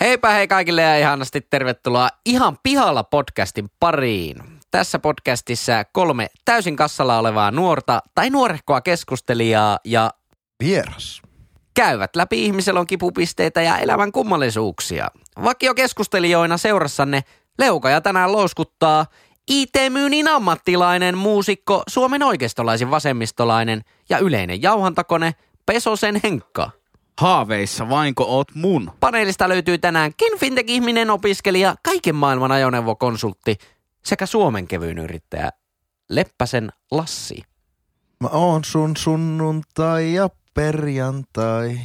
Heipä hei kaikille ja ihanasti tervetuloa ihan pihalla podcastin pariin. Tässä podcastissa kolme täysin kassalla olevaa nuorta tai nuorehkoa keskustelijaa ja Vieras. käyvät läpi ihmiselon kipupisteitä ja elämän kummallisuuksia. Vakiokeskustelijoina seurassanne Leuka ja tänään louskuttaa IT-myynnin ammattilainen, muusikko, Suomen oikeistolaisin vasemmistolainen ja yleinen jauhantakone Pesosen Henkka. Haaveissa vainko oot mun? Paneelista löytyy tänäänkin fintech-ihminen opiskelija, kaiken maailman ajoneuvokonsultti sekä Suomen kevyin yrittäjä Leppäsen Lassi. Mä oon sun sunnuntai ja perjantai.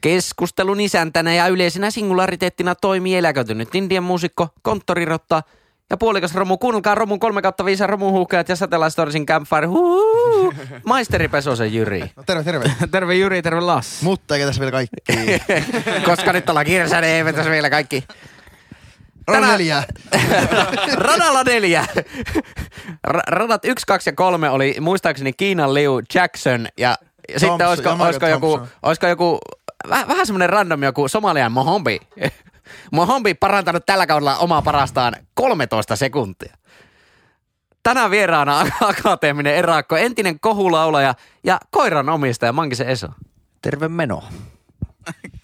Keskustelun isäntänä ja yleisenä singulariteettina toimii eläköitynyt indian muusikko, konttorirotta ja puolikas romu. Kuunnelkaa romun 3 kautta 5 romuhuhkeat ja satelaistorisin campfire. Huuhu. Maisteri Pesosen Jyri. No terve, terve. Terve Jyri, terve Lassi. Mutta eikä tässä vielä kaikki. Koska nyt ollaan kiireessä, niin ei vetäisi vielä kaikki. Tänään... Tänään- neljä. Radalla neljä. Ra- Radat 1, 2 ja 3 oli muistaakseni Kiinan Liu Jackson ja ja sitten Thompson, olisiko, Jamaica olisiko, joku, Thompson. olisiko joku, väh, vähän semmoinen random joku somalian Mohombi. Mohombi parantanut tällä kaudella omaa parastaan 13 sekuntia. Tänään vieraana ak- akateeminen erakko, entinen kohulaulaja ja koiran omistaja Mankisen Eso. Terve meno.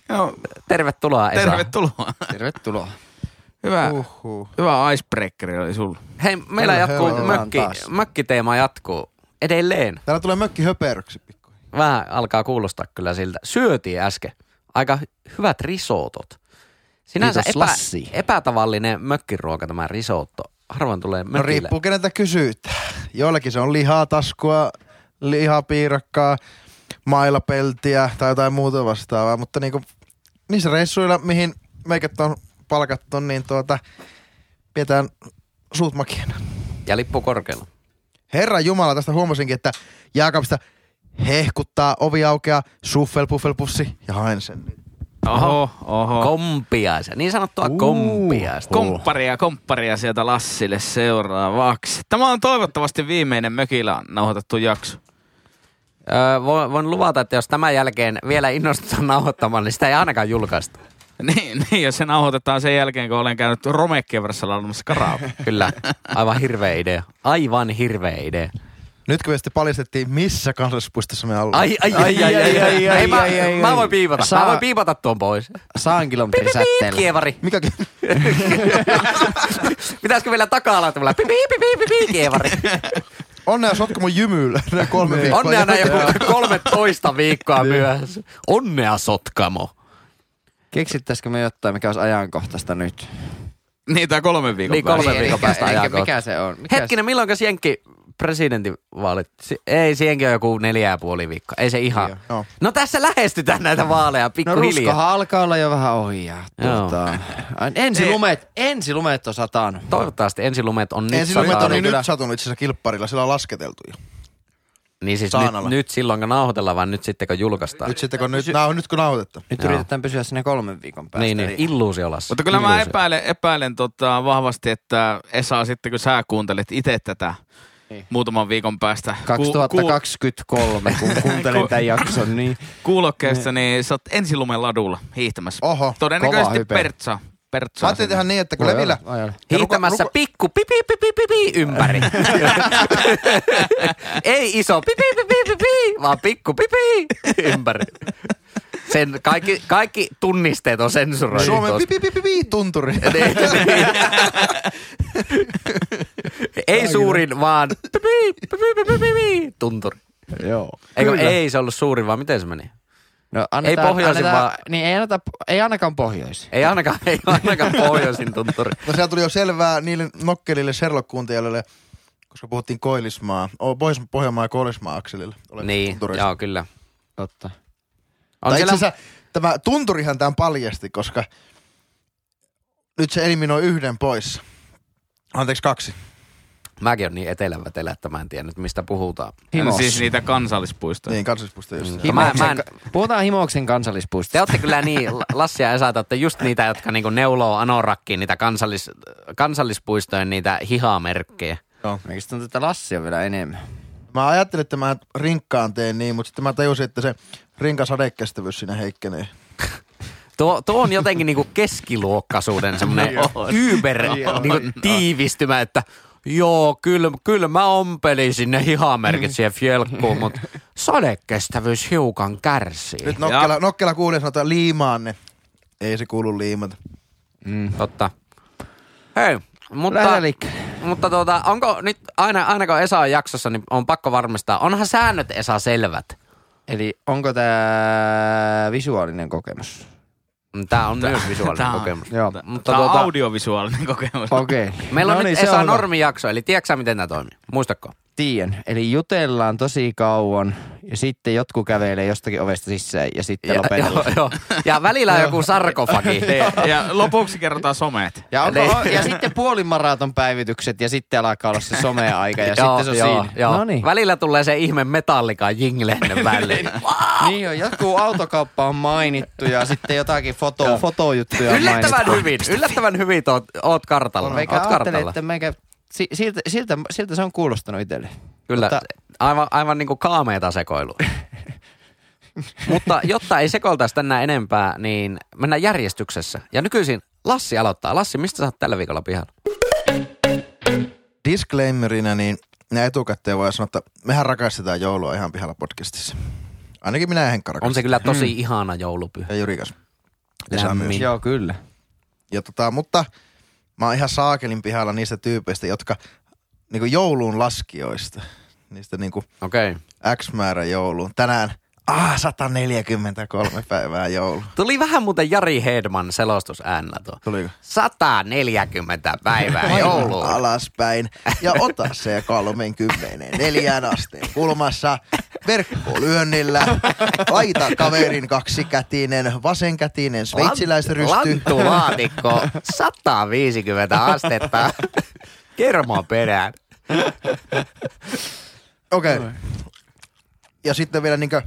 Joo, Tervetuloa Esa. tervetuloa. Tervetuloa. Hyvä, Uhuh. hyvä icebreakeri oli sulla. Hei, meillä Hello, jatkuu hello. mökki, Taas. mökkiteema jatkuu edelleen. Täällä tulee mökki höperöksi No, pikku. vähän alkaa kuulostaa kyllä siltä. Syötiin äsken. Aika hy- hyvät risotot. Sinänsä Kiitos, epä, Lassi. epätavallinen mökkiruoka tämä risotto. Harvoin tulee No mökille. riippuu keneltä kysytään. Joillakin se on lihaa taskua, lihapiirakkaa, mailapeltiä tai jotain muuta vastaavaa. Mutta niinku niissä reissuilla, mihin meikät on palkattu, niin tuota, pidetään suut makiana. Ja lippu korkealla. Herra Jumala, tästä huomasinkin, että Jaakobista hehkuttaa ovi aukeaa, suffel, puffel, pussi ja haen sen. Oho, No. oho. Uhuh. Kompiaisen. Niin sanottua kompiaista. Kompparia, kompparia sieltä Lassille seuraavaksi. Tämä on toivottavasti viimeinen mökillä nauhoitettu jakso. Öö, voin, voin luvata, että jos tämän jälkeen vielä innostutaan nauhoittamaan, niin sitä ei ainakaan julkaista. Niin, niin, jos se nauhoitetaan sen jälkeen, kun olen käynyt Romekkievärässä laulamassa karaoke. Kyllä. Aivan hirveä idea. Aivan hirveä idea. Nyt kun me sitten paljastettiin, missä kansallispuistossa me ollaan. Ai, ai, ai, ai, ai, ai, ai, mä, ai, ai, mä ai. voin piipata. Mä Saa- voin piipata tuon pois. Saan kilometrin säteellä. Kievari. Mikä Pitäisikö vielä takaa tulla? Pipi, pipi, pipi, kievari. Niin, Onnea sotku mun jymyillä. Ne kolme viikkoa. Niin. Onnea näin jätetään. joku 13 Niin. viikkoa myöhässä. Onnea sotkamo. Keksittäisikö me jotain, mikä olisi ajankohtaista nyt? Niin, tää kolmen viikon Niin, päästä. kolmen Ei, viikon eikä- päästä eikä- ajankohta. Mikä se on? Mikä Hetkinen, milloin Jenkki presidentinvaalit? Si- ei, siihenkin on joku neljä ja puoli viikkoa. Ei se Niin ihan. Joo. No tässä lähestytään näitä vaaleja se- No pikkuhiljaa. ruskohan alkaa olla jo vähän ohi. ja Joo. Tuota, ai, ensi Ei. lumet, ensi lumet on satanut. Toivottavasti ensilumet on nyt. Ensin lumet on satanut. niin kyllä. nyt satunut itse asiassa kilpparilla, sillä on lasketeltu jo. Niin siis nyt, saanalla. nyt silloin kun nauhoitellaan, vaan nyt sitten kun julkaistaan. Nyt sitten kun nyt, nää on nyt kun nauhoitetta. Nyt Joo. yritetään pysyä sinne kolmen viikon päästä. Niin, niin. Eli- Illuusiolassa. Mutta kyllä mä Illuusio. epäilen, epäilen tota vahvasti, että Esa sitten kun sä kuuntelet itse tätä Niin. muutaman viikon päästä ku- ku- 2023, kun kuuntelin Ku- tämän jakson, niin kuulokkeesta, niin sä oot ensilumen ladulla hiihtämässä. Oho. kova Todennäköisesti hype. Pertsa. Pertsa Mä ajattelin tehdä niin, että kun Voi Levillä... olla, voi olla. Ja Hiihtämässä ruko- pikku pipi pipi pipi ympäri. Ei iso pipi pipi pipi, vaan pikku pipi ympäri. Sen kaikki, kaikki tunnisteet on sensuroitu. Suomen tuossa. pipi tunturi. Niin, niin. Ei suurin, vaan pipi, pipi, pipi, pipi, tunturi. Joo. Eikö, Kyllä. ei se ollut suurin, vaan miten se meni? No, annetaan, pohjoisin annetaan, vaan- Niin, ei, anneta, ei ainakaan pohjoisin. Ei ainakaan, ei ainakaan pohjoisin tunturi. No sehän tuli jo selvää niille nokkelille Sherlock-kuuntelijoille, koska puhuttiin Koilismaa, oh, Pohjois- Pohjanmaa ja Koilismaa akselilla. Olen Niin, tuntureissa. joo kyllä. Totta. On tai siellä, itse asiassa tämä tunturihan tämän paljasti, koska nyt se eliminoi yhden pois. Anteeksi, kaksi. mäkin on niin etelävätelä, että mä en tiedä nyt mistä puhutaan. Himos. Siis niitä kansallispuistoja. Niin, kansallispuisto just. Ja mä, mä en, Puhutaan Himoksen kansallispuistosta. Te olette kyllä niin, Lassi ja Esa, te olette just niitä, jotka niinku neuloo anorakkiin niitä kansallis, kansallispuistojen niitä hihamerkkejä. Eikö tuntuu, että Lassi on vielä enemmän? Mä ajattelin, että mä rinkkaan teen niin, mutta sitten mä tajusin, että se rinkan sadekestävyys siinä heikkenee. Tuo, tuo on jotenkin niinku keskiluokkaisuuden semmoinen yber niinku tiivistymä, että joo, kyllä, kyllä mä ompelin sinne hihamerkit siihen fjelkkuun, mutta sadekestävyys hiukan kärsii. Nyt nokkela, nokkela kuulee sanotaan liimaan ne. Ei se kuulu liimata. Totta. Hei, mutta, Lähdetään liikkeelle. mutta tuota, onko nyt aina, aina kun Esa on jaksossa, niin on pakko varmistaa, onhan säännöt Esa selvät? Eli onko tämä visuaalinen kokemus? Tämä on myös visuaalinen tää on- kokemus. Joo. Mutta Tämä on tuota, audiovisuaalinen kokemus. Okei. Okay. meillä on no nyt niin, Esa normijakso, eli tiedätkö sä, miten tämä toimii? Muistatko? Tien. Eli jutellaan tosi kauan ja sitten jotkut kävelee jostakin ovesta sisään ja sitten Ja, joo, lopetellaan. joo. ja välillä on joku sarkofagi. Ja lopuksi kerrotaan somet. Ja, onko, Niin. ja sitten puolimaraton päivitykset ja sitten alkaa olla se some-aika ja Joo, sitten se on joo, siinä. joo. No niin. Välillä tulee se ihme metallika jingle ennen väliin. Niin on, joku autokauppa on mainittu ja sitten jotakin foto, fotojuttuja on yllättävän mainittu. hyvin, yllättävän hyvin oot, oot kartalla. Meikä Oot ajattelin, kartalla. että meikä, si, siltä, siltä, siltä, se on kuulostanut itselle. Kyllä, Mutta- aivan, aivan niin kuin kaameita sekoilu. Mutta jotta ei sekoiltaisi tänään enempää, niin mennään järjestyksessä. Ja nykyisin Lassi aloittaa. Lassi, mistä sä oot tällä viikolla pihalla? Disclaimerina, niin nää etukäteen voi sanoa, että mehän rakastetaan joulua ihan pihalla podcastissa. Ainakin minä ja Henkka On se rakastan. kyllä tosi ihana joulupyhä. Ja Jyrikas. Ja Saa Lämmin. Hmm. myös. Niin. Joo, kyllä. Ja tota, mutta mä oon ihan saakelin pihalla niistä tyypeistä, jotka niinku jouluun laskijoista. Niistä niinku Okei. Okay. X määrä jouluun. Tänään ah, 143 päivää joulu. Tuli vähän muuten Jari Hedman selostus äänellä tuo. Tuliko? 140 päivää joulua. alaspäin ja ota se 34 asteen kulmassa verkkolyönnillä. Laita kaverin kaksikätinen, vasenkätinen sveitsiläisrysty. Lanttulaatikko, 150 astetta. Kermo perään. Siis Okei. Okay. Ja sitten vielä niinkö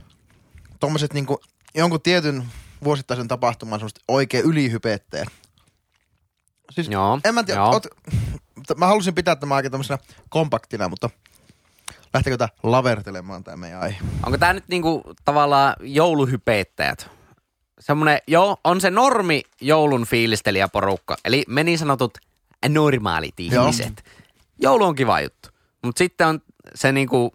tommoset niinku jonkun tietyn vuosittaisen tapahtuman semmoset oikein ylihypettäjät. Siis Joo, en mä tiedä, joo. oot, mutta mä halusin pitää tämän aika tämmöisenä kompaktina, mutta lähtekö tää lavertelemaan tämä meidän aihe? Onko tämä nyt niinku tavallaan jouluhypeittäjät? Semmoinen, joo, on se normi joulun fiilistelijäporukka. Eli me niin sanotut normaalit ihmiset. Joulu on kiva juttu. Mutta sitten on se niinku,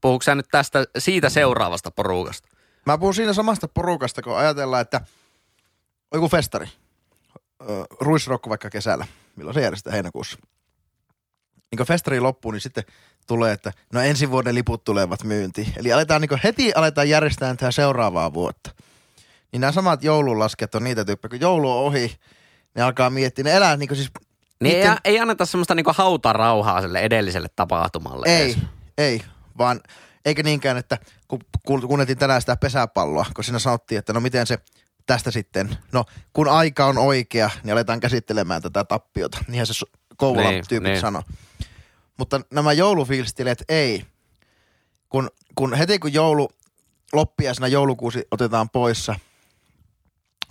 puhuuko sä nyt tästä siitä seuraavasta porukasta? Mä puhun siinä samasta porukasta, kun ajatellaan, että on joku festari. Ö, Ruisrokko vaikka kesällä. Milloin se järjestetään heinäkuussa? Niin kun festari loppuu, niin sitten tulee, että no ensi vuoden liput tulevat myyntiin. Eli aletaan niin heti aletaan järjestää tähän seuraavaa vuotta. Niin nämä samat joulunlaskijat on niitä tyyppejä, kun joulu on ohi, ne alkaa miettiä, ne elää niin siis... Niin ei, niiden- ei anneta semmoista niinku hautarauhaa sille edelliselle tapahtumalle. Ei, edes. ei, vaan eikä niinkään, että kun kuul- kuunneltiin tänään sitä pesäpalloa, kun siinä sanottiin, että no miten se tästä sitten, no kun aika on oikea, niin aletaan käsittelemään tätä tappiota. Niinhän se su- Kouvolan Niin, niin, tyypit niin. niin. sanoi. Mutta nämä joulufiilistilijät ei. Kun, kun heti kun joulu loppiaisena joulukuusi otetaan poissa,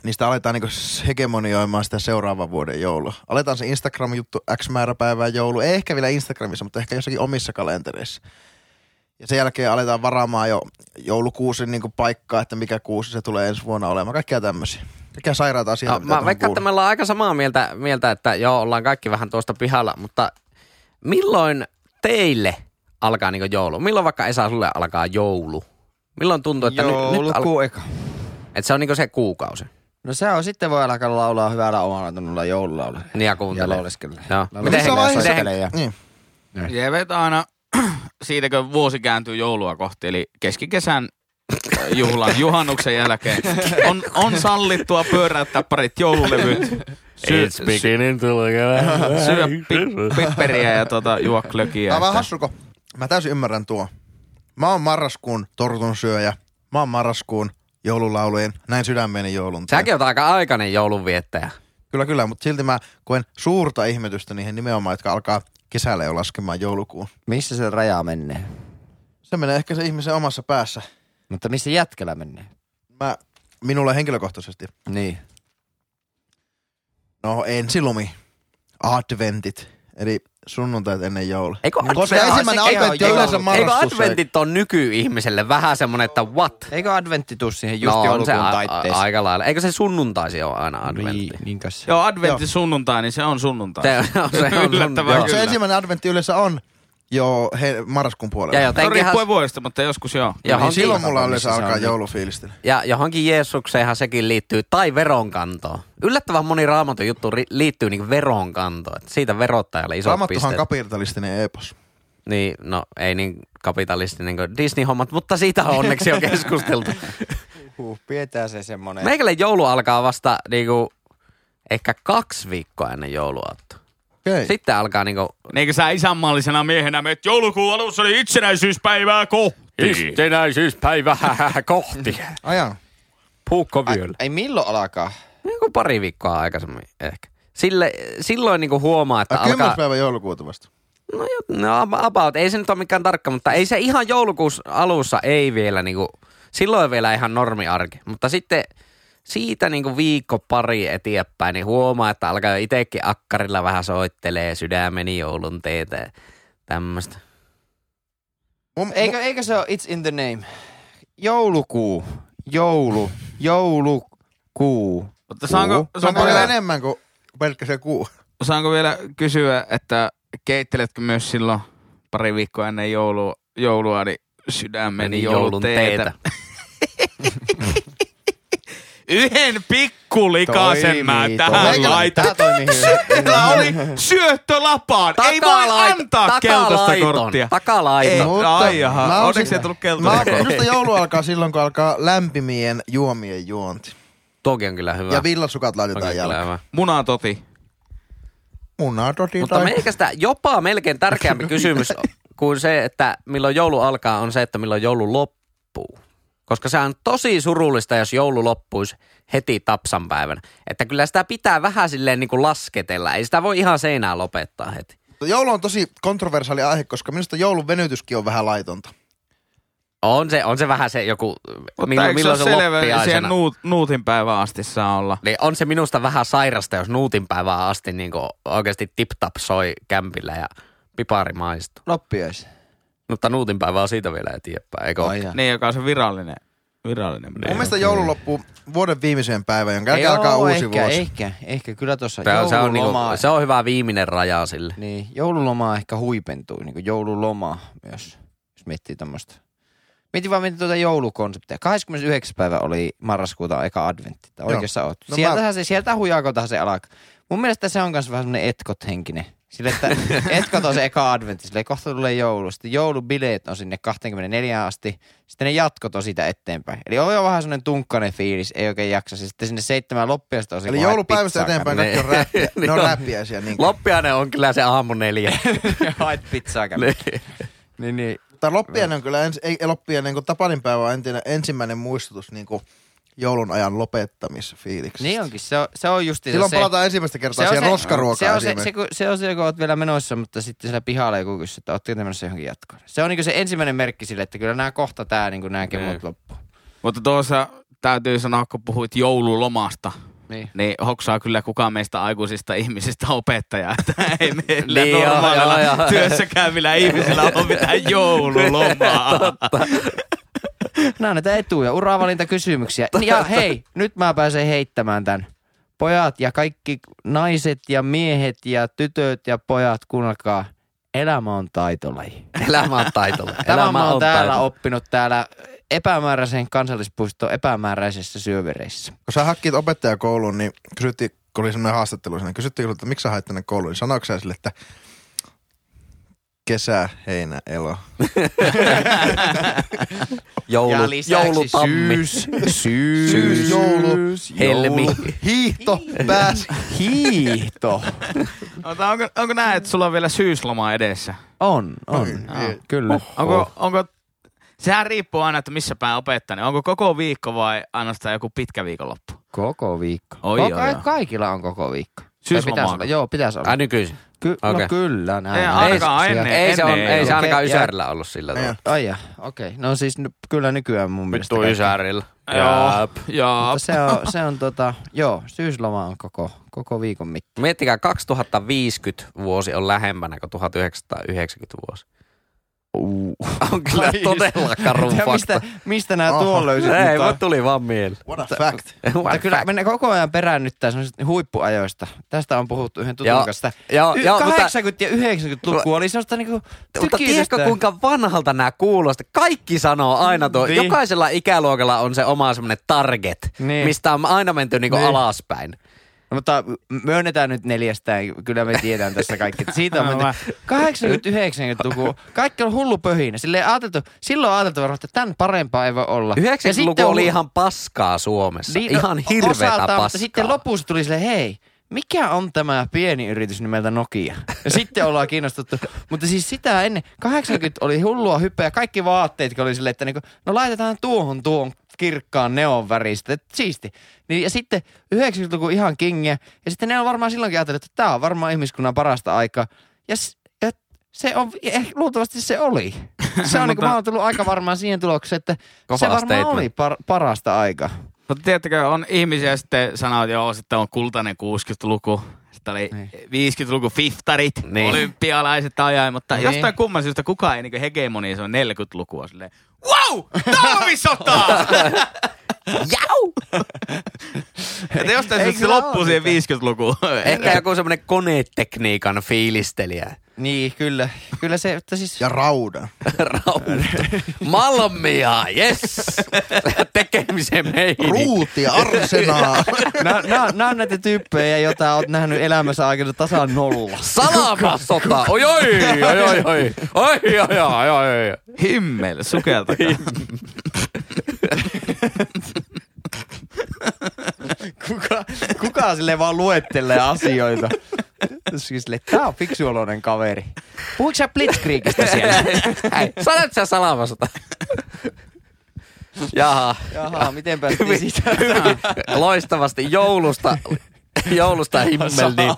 niin sitä aletaan niinku hegemonioimaan sitä seuraavan vuoden joulua. Aletaan se Instagram-juttu X määräpäivää joulu. Ei ehkä vielä Instagramissa, mutta ehkä jossakin omissa kalentereissa. Ja sen jälkeen aletaan varaamaan jo joulukuusin niinku paikkaa, että mikä kuusi se tulee ensi vuonna olemaan. Kaikkea tämmöisiä. Kaikkea sairaita asioita, No, mitä mä tuohon veikkaan, kuuluu. että me ollaan aika samaa mieltä, mieltä, että joo, ollaan kaikki vähän tuosta pihalla, mutta milloin teille alkaa niin joulu? Milloin vaikka Esa sulle alkaa joulu? Milloin tuntuu, että Tuota, nyt, nyt al- Joulukuu eka. että se on niin se kuukausi? No se on, sitten voi alkaa laulaa hyvällä omalla tunnolla joululaulu. Niin ja Ja kuuntelee. lauleskelle. Joo. Laulaa- Miten Missä he- vaiheessa- miten ja... Niin. Jevet aina siitä, kun vuosi kääntyy joulua kohti, eli keskikesän äh, juhlan juhannuksen jälkeen on, on sallittua pyöräyttää parit joululevyt, syö, syö, syö pi- pipperiä ja tota, juo klökiä. Tää on vähän että- hassuko. Mä täysin ymmärrän tuo. Mä oon marraskuun tortun syöjä. Mä oon marraskuun joululaulujen, näin sydämeeni joulun. Säkin oot aika aikainen joulunviettäjä. Kyllä, kyllä, mutta silti mä koen suurta ihmetystä niihin nimenomaan, jotka alkaa kesällä jo laskemaan joulukuun. Missä se raja menee? Se menee ehkä se ihmisen omassa päässä. Mutta missä jätkällä menee? Mä, minulla henkilökohtaisesti. Niin. No ensilumi, adventit, Eli sunnuntait ennen joulua. Niin, Eikö Koska advent- ensimmäinen sekin on adventti on joulu. yleensä Eikö marraskuussa. adventit on nykyihmiselle vähän semmonen, että what? Eikö adventti tuu siihen just no, no, on se joulukuun a- a- taitteessa? aika lailla. Eikö se sunnuntaisi ole aina adventti? niin, niin kas. Joo, adventti sunnuntai, niin se on sunnuntai. Se on, se on sun- Yllättävää joo. Mutta se Kyllä. ensimmäinen adventti yleensä on jo he, marraskuun Ja puolella. No, jotenkinhan, riippuen vuodesta, mutta joskus joo. niin johonkin, silloin mulla Missä yleensä se on alkaa nyt? joulufiilistely. ja johonkin Jeesukseenhan sekin liittyy, tai veronkantoon. Yllättävän moni raamatun juttu ri- liittyy niin veronkantoon. että siitä verottajalle iso Raamattuhan piste. on kapitalistinen epos. Niin, no ei niin kapitalistinen kuin Disney-hommat, mutta siitä on onneksi jo keskusteltu. Huh, pidetään se semmonen. Meikälle joulu alkaa vasta niinku, ehkä kaksi viikkoa ennen jouluaattoa. Okei. Sitten alkaa niinku, Eikö Niin sä isänmaallisena miehenä meet joulukuun alussa niin itsenäisyyspäivää kohti? Yhtenäisyyspäivä kohti. Ajan. Ai, Puukkovyöllä. ai milloin alkaa? Niinku pari viikkoa aikaisemmin ehkä. Sille, silloin niinku huomaa, että Ai, alkaa... Kymmenes päivä joulukuuta vasta. No, jo- no ab- about, ei se nyt ole mikään tarkka, mutta ei se ihan joulukuussa alussa ei vielä niinku, silloin vielä ihan normiarki. Mutta sitten siitä niinku viikko pari eteenpäin, niin huomaa, että alkaa jo itsekin akkarilla vähän soittelee sydämeni joulun teetä ja tämmöistä. Mun, Eikö, eikö se ole It's in the name? Joulukuu. Joulu. Joulukuu. Mutta saanko, mun, se on saanko, paljon vielä, enemmän kuin pelkkä se kuu. saanko vielä kysyä, että keitteletkö myös silloin pari viikkoa ennen joulua, joulua niin sydämeni jouluteetä? Yhden pikkulikasen mä Toimii, tähän toimii. laitan. Tää toimii Meillä hyvin. oli syöttölapaan. Ei voi Takalait- antaa keltaista takalaiton, korttia. Ei, Takalaiton. Mutta ai jaha. mä oon Onneksi se- ei tullut Mä, keltaista korttia. minusta joulu alkaa silloin, kun alkaa lämpimien juomien juonti. Toki on kyllä hyvä. Ja villasukat Toki on laitetaan kyllä jälkeen. hyvä. Munatoti. Niin Munadoti Mutta tai... meikä sitä jopa melkein tärkeämpi kysymys kuin se, että milloin joulu alkaa, on se, että milloin joulu loppuu. Koska se on tosi surullista, jos joulu loppuisi heti tapsan päivänä. Että kyllä sitä pitää vähän silleen niin kuin lasketella. Ei sitä voi ihan seinään lopettaa heti. Joulu on tosi kontroversaali aihe, koska minusta joulun venytyskin on vähän laitonta. On se, on se vähän se joku, Mutta milloin, eikö se milloin ole se, selvä, niin siihen loppiaisena. nuut, nuutin päivään asti saa olla? Niin on se minusta vähän sairasta, jos nuutin päivään asti niin kuin oikeasti tip-tap soi kämpillä ja pipari maistuu. Loppiais. Mutta nuutin päivää on siitä vielä eteenpäin, eikö ole? Ai jaa. Niin, joka on se virallinen. Virallinen. Mun Niin, mielestä joulu loppuu vuoden viimeiseen päivään, jonka jälkeen Joo, alkaa uusi ehkä, vuosi. Ehkä, ehkä. Kyllä tuossa Tää on- Se on, niinku, joululoma. se on hyvä viimeinen raja sille. Niin, joululoma ehkä huipentuu, niin kuin joululoma myös, jos miettii tämmöistä. Mietin vaan mietin tuota joulukonseptia. 29. päivä oli marraskuuta eka adventti. Tää Joo. Oikeassa oot. No No Sieltähän se, sieltä huijaakotahan se alkaa. Mun mielestä se on myös vähän semmonen etkot henkinen. Sille, että etkot on se eka adventti, sille kohta tulee joulu. Sitten joulubileet on sinne 24 asti. Sitten ne jatkot on siitä eteenpäin. Eli on jo vähän semmonen tunkkainen fiilis, ei oikein jaksa. Sitten sinne seitsemän loppiasta on se, Eli kun haet joulupäivästä pizzaa eteenpäin käteen. kaikki on räppiä. Niin Ne on on. räppiäisiä. Niin Loppiainen on kyllä se aamu neljä. kämmenellä. haet pizzaa kämmenellä. niin, niin. Mutta loppiainen on kyllä, ens, ei, ei loppiainen, kun Tapanin päivä on entinen, ensimmäinen muistutus niin kuin joulun ajan lopettamisfiiliksi. Niin onkin, se on, se on justiinsa Silloin se. palataan ensimmäistä kertaa se on siihen se- roskaruokaan se on se, esimerkiksi. se, kun, se on se, kun oot vielä menossa, mutta sitten siellä pihalla joku kysyy, että ootteko te menossa johonkin jatkoon. Se on niinku se ensimmäinen merkki sille, että kyllä nämä kohta tää, niinku nämä Niin. kemut loppuu. Mutta tuossa täytyy sanoa, kun puhuit joululomasta, Niin. niin hoksaa kyllä kukaan meistä aikuisista ihmisistä opettajaa, että ei meillä Niin, joo, normaalilla joo, joo. työssä käyvillä ihmisillä ole mitään joululomaa. Nämä on näitä etuja, uravalintakysymyksiä. Ja hei, nyt mä pääsen heittämään tämän. Pojat ja kaikki naiset ja miehet ja tytöt ja pojat, kuunnelkaa. Elämä on taitolaji. Elämä on taitolla. Tämä Elämä mä on oon täällä taitolla. oppinut täällä epämääräisen kansallispuiston epämääräisessä syövereissä. kun sä hakkit opettajakouluun, niin kysyttiin, kun oli semmoinen haastattelu sinne, kysyttiin, sulta, että miksi sä hait tänne kouluun, niin sanoiko sä sille, että kesä, heinä, elo. Joulu, Ja lisäksi joulutammi. siis syys, syys, Syys, joulu, Helmi. Hiihto, pääsi. hiihto. Mutta onko, onko näin, että sulla on vielä syysloma edessä? On, on. Ah, Oi, ei. Kyllä. Oh. Onko, onko, sehän riippuu aina, että missä päin opettaa, niin onko koko viikko vai ainoastaan joku pitkä viikonloppu? Koko viikko. Oi, Koko- oi, oi. Kaikilla on koko viikko. Pitäisi Syyslomaa. olla, joo, pitäisi olla. Ai nykyisin. Ky- okei. No kyllä, näin. Ei näin. ainakaan Ei se- ennen. Ei, ei, se, on, ei se Okei, ainakaan ja- Ysärillä ollut sillä tavalla. Ai ja, okei. No siis ny- kyllä nykyään mun mielestä. Vittu kaikki. Ysärillä. Joo. Joo. Mutta se on, se on tota, joo, syysloma on koko, koko viikon mitta. Miettikää, 2050 vuosi on lähempänä kuin 1990 vuosi. On kyllä Ai, todella karu Ja fakta. mistä, mistä nämä Oho. tuon löysit? Ei, nyt on? vaan tuli vaan mieleen. What a fact. Mutta kyllä me koko ajan peräännyttää semmoisista huippuajoista. Tästä on puhuttu yhden tutun Joo. kanssa. Joo, Y- joo, mutta, 80 ja 90 luku oli semmoista niinku mutta tiedätkö tykisestä. kuinka vanhalta nämä kuulostaa? Kaikki sanoo aina tuo. Niin. Jokaisella ikäluokalla on se oma semmoinen target, Niin. mistä on aina menty niinku Niin. alaspäin. No, mutta myönnetään nyt neljästään, kyllä me tiedän tässä kaikki. että Siitä on menty 80-90-luku, kaikki on hullu pöhinä. Silleen ajateltu, silloin on ajateltu varmaan, että tämän parempaa ei voi olla. Ja 90-luku sitten on oli hu- ihan paskaa no, Suomessa. Niin, ihan hirveetä osaltaan, paskaa. Mutta sitten lopussa tuli sille, hei, mikä on tämä pieni yritys nimeltä Nokia? Ja sitten ollaan kiinnostuttu. Mutta siis sitä ennen, 80 oli hullua hypeä, kaikki vaatteet oli silleen, että niinku, no laitetaan tuohon tuon kirkkaan neon väristä, et siisti. Niin, ja sitten 90-luku ihan kingiä, ja sitten ne on varmaan silloinkin ajatellut, että tämä on varmaan ihmiskunnan parasta aikaa. Ja, s- ja se on, ja ehkä luultavasti se oli. Se on, niin kuin, mä oon tullut aika varmaan siihen tulokseen, että Kova se varmaan statement. oli par, parasta aikaa. Mutta tiedättekö, No on ihmisiä sitten sanoo, että joo, sitten on kultainen 60-luku. Sitten oli Niin. 50-luku fiftarit, Niin. niin. olympialaiset ajai, mutta Niin. niin. jostain kumman syystä kukaan ei niinku hegemonisoi 40-lukua silleen. Wow! Talvisotaa! Jau! Että jostain Ei syystä se kyllä loppuu ole siihen 50-lukuun. Ehkä joku semmoinen konetekniikan fiilistelijä. Niin, kyllä. Kyllä se, että siis... Ja raudan. Rauta. Malmia, yes! Tekemisen Niin. meihin. Ruutia, arsenaa. Nämä nä, nä on näitä tyyppejä, joita oot nähnyt elämässä aikana tasan nolla. Salamasota! Oi, oi, oi, oi, oi, oi, oi, oi, oi, oi. Himmel, sukeltakaa. Kuka, kuka sille vaan luettelee asioita? Siis sille, tää on fiksuoloinen kaveri. Puhuitko sä Blitzkriegistä siellä? Hei, sanot sä salamasota. Jaha. Jaha, miten päästiin siitä? Loistavasti joulusta, joulusta himmeldiin.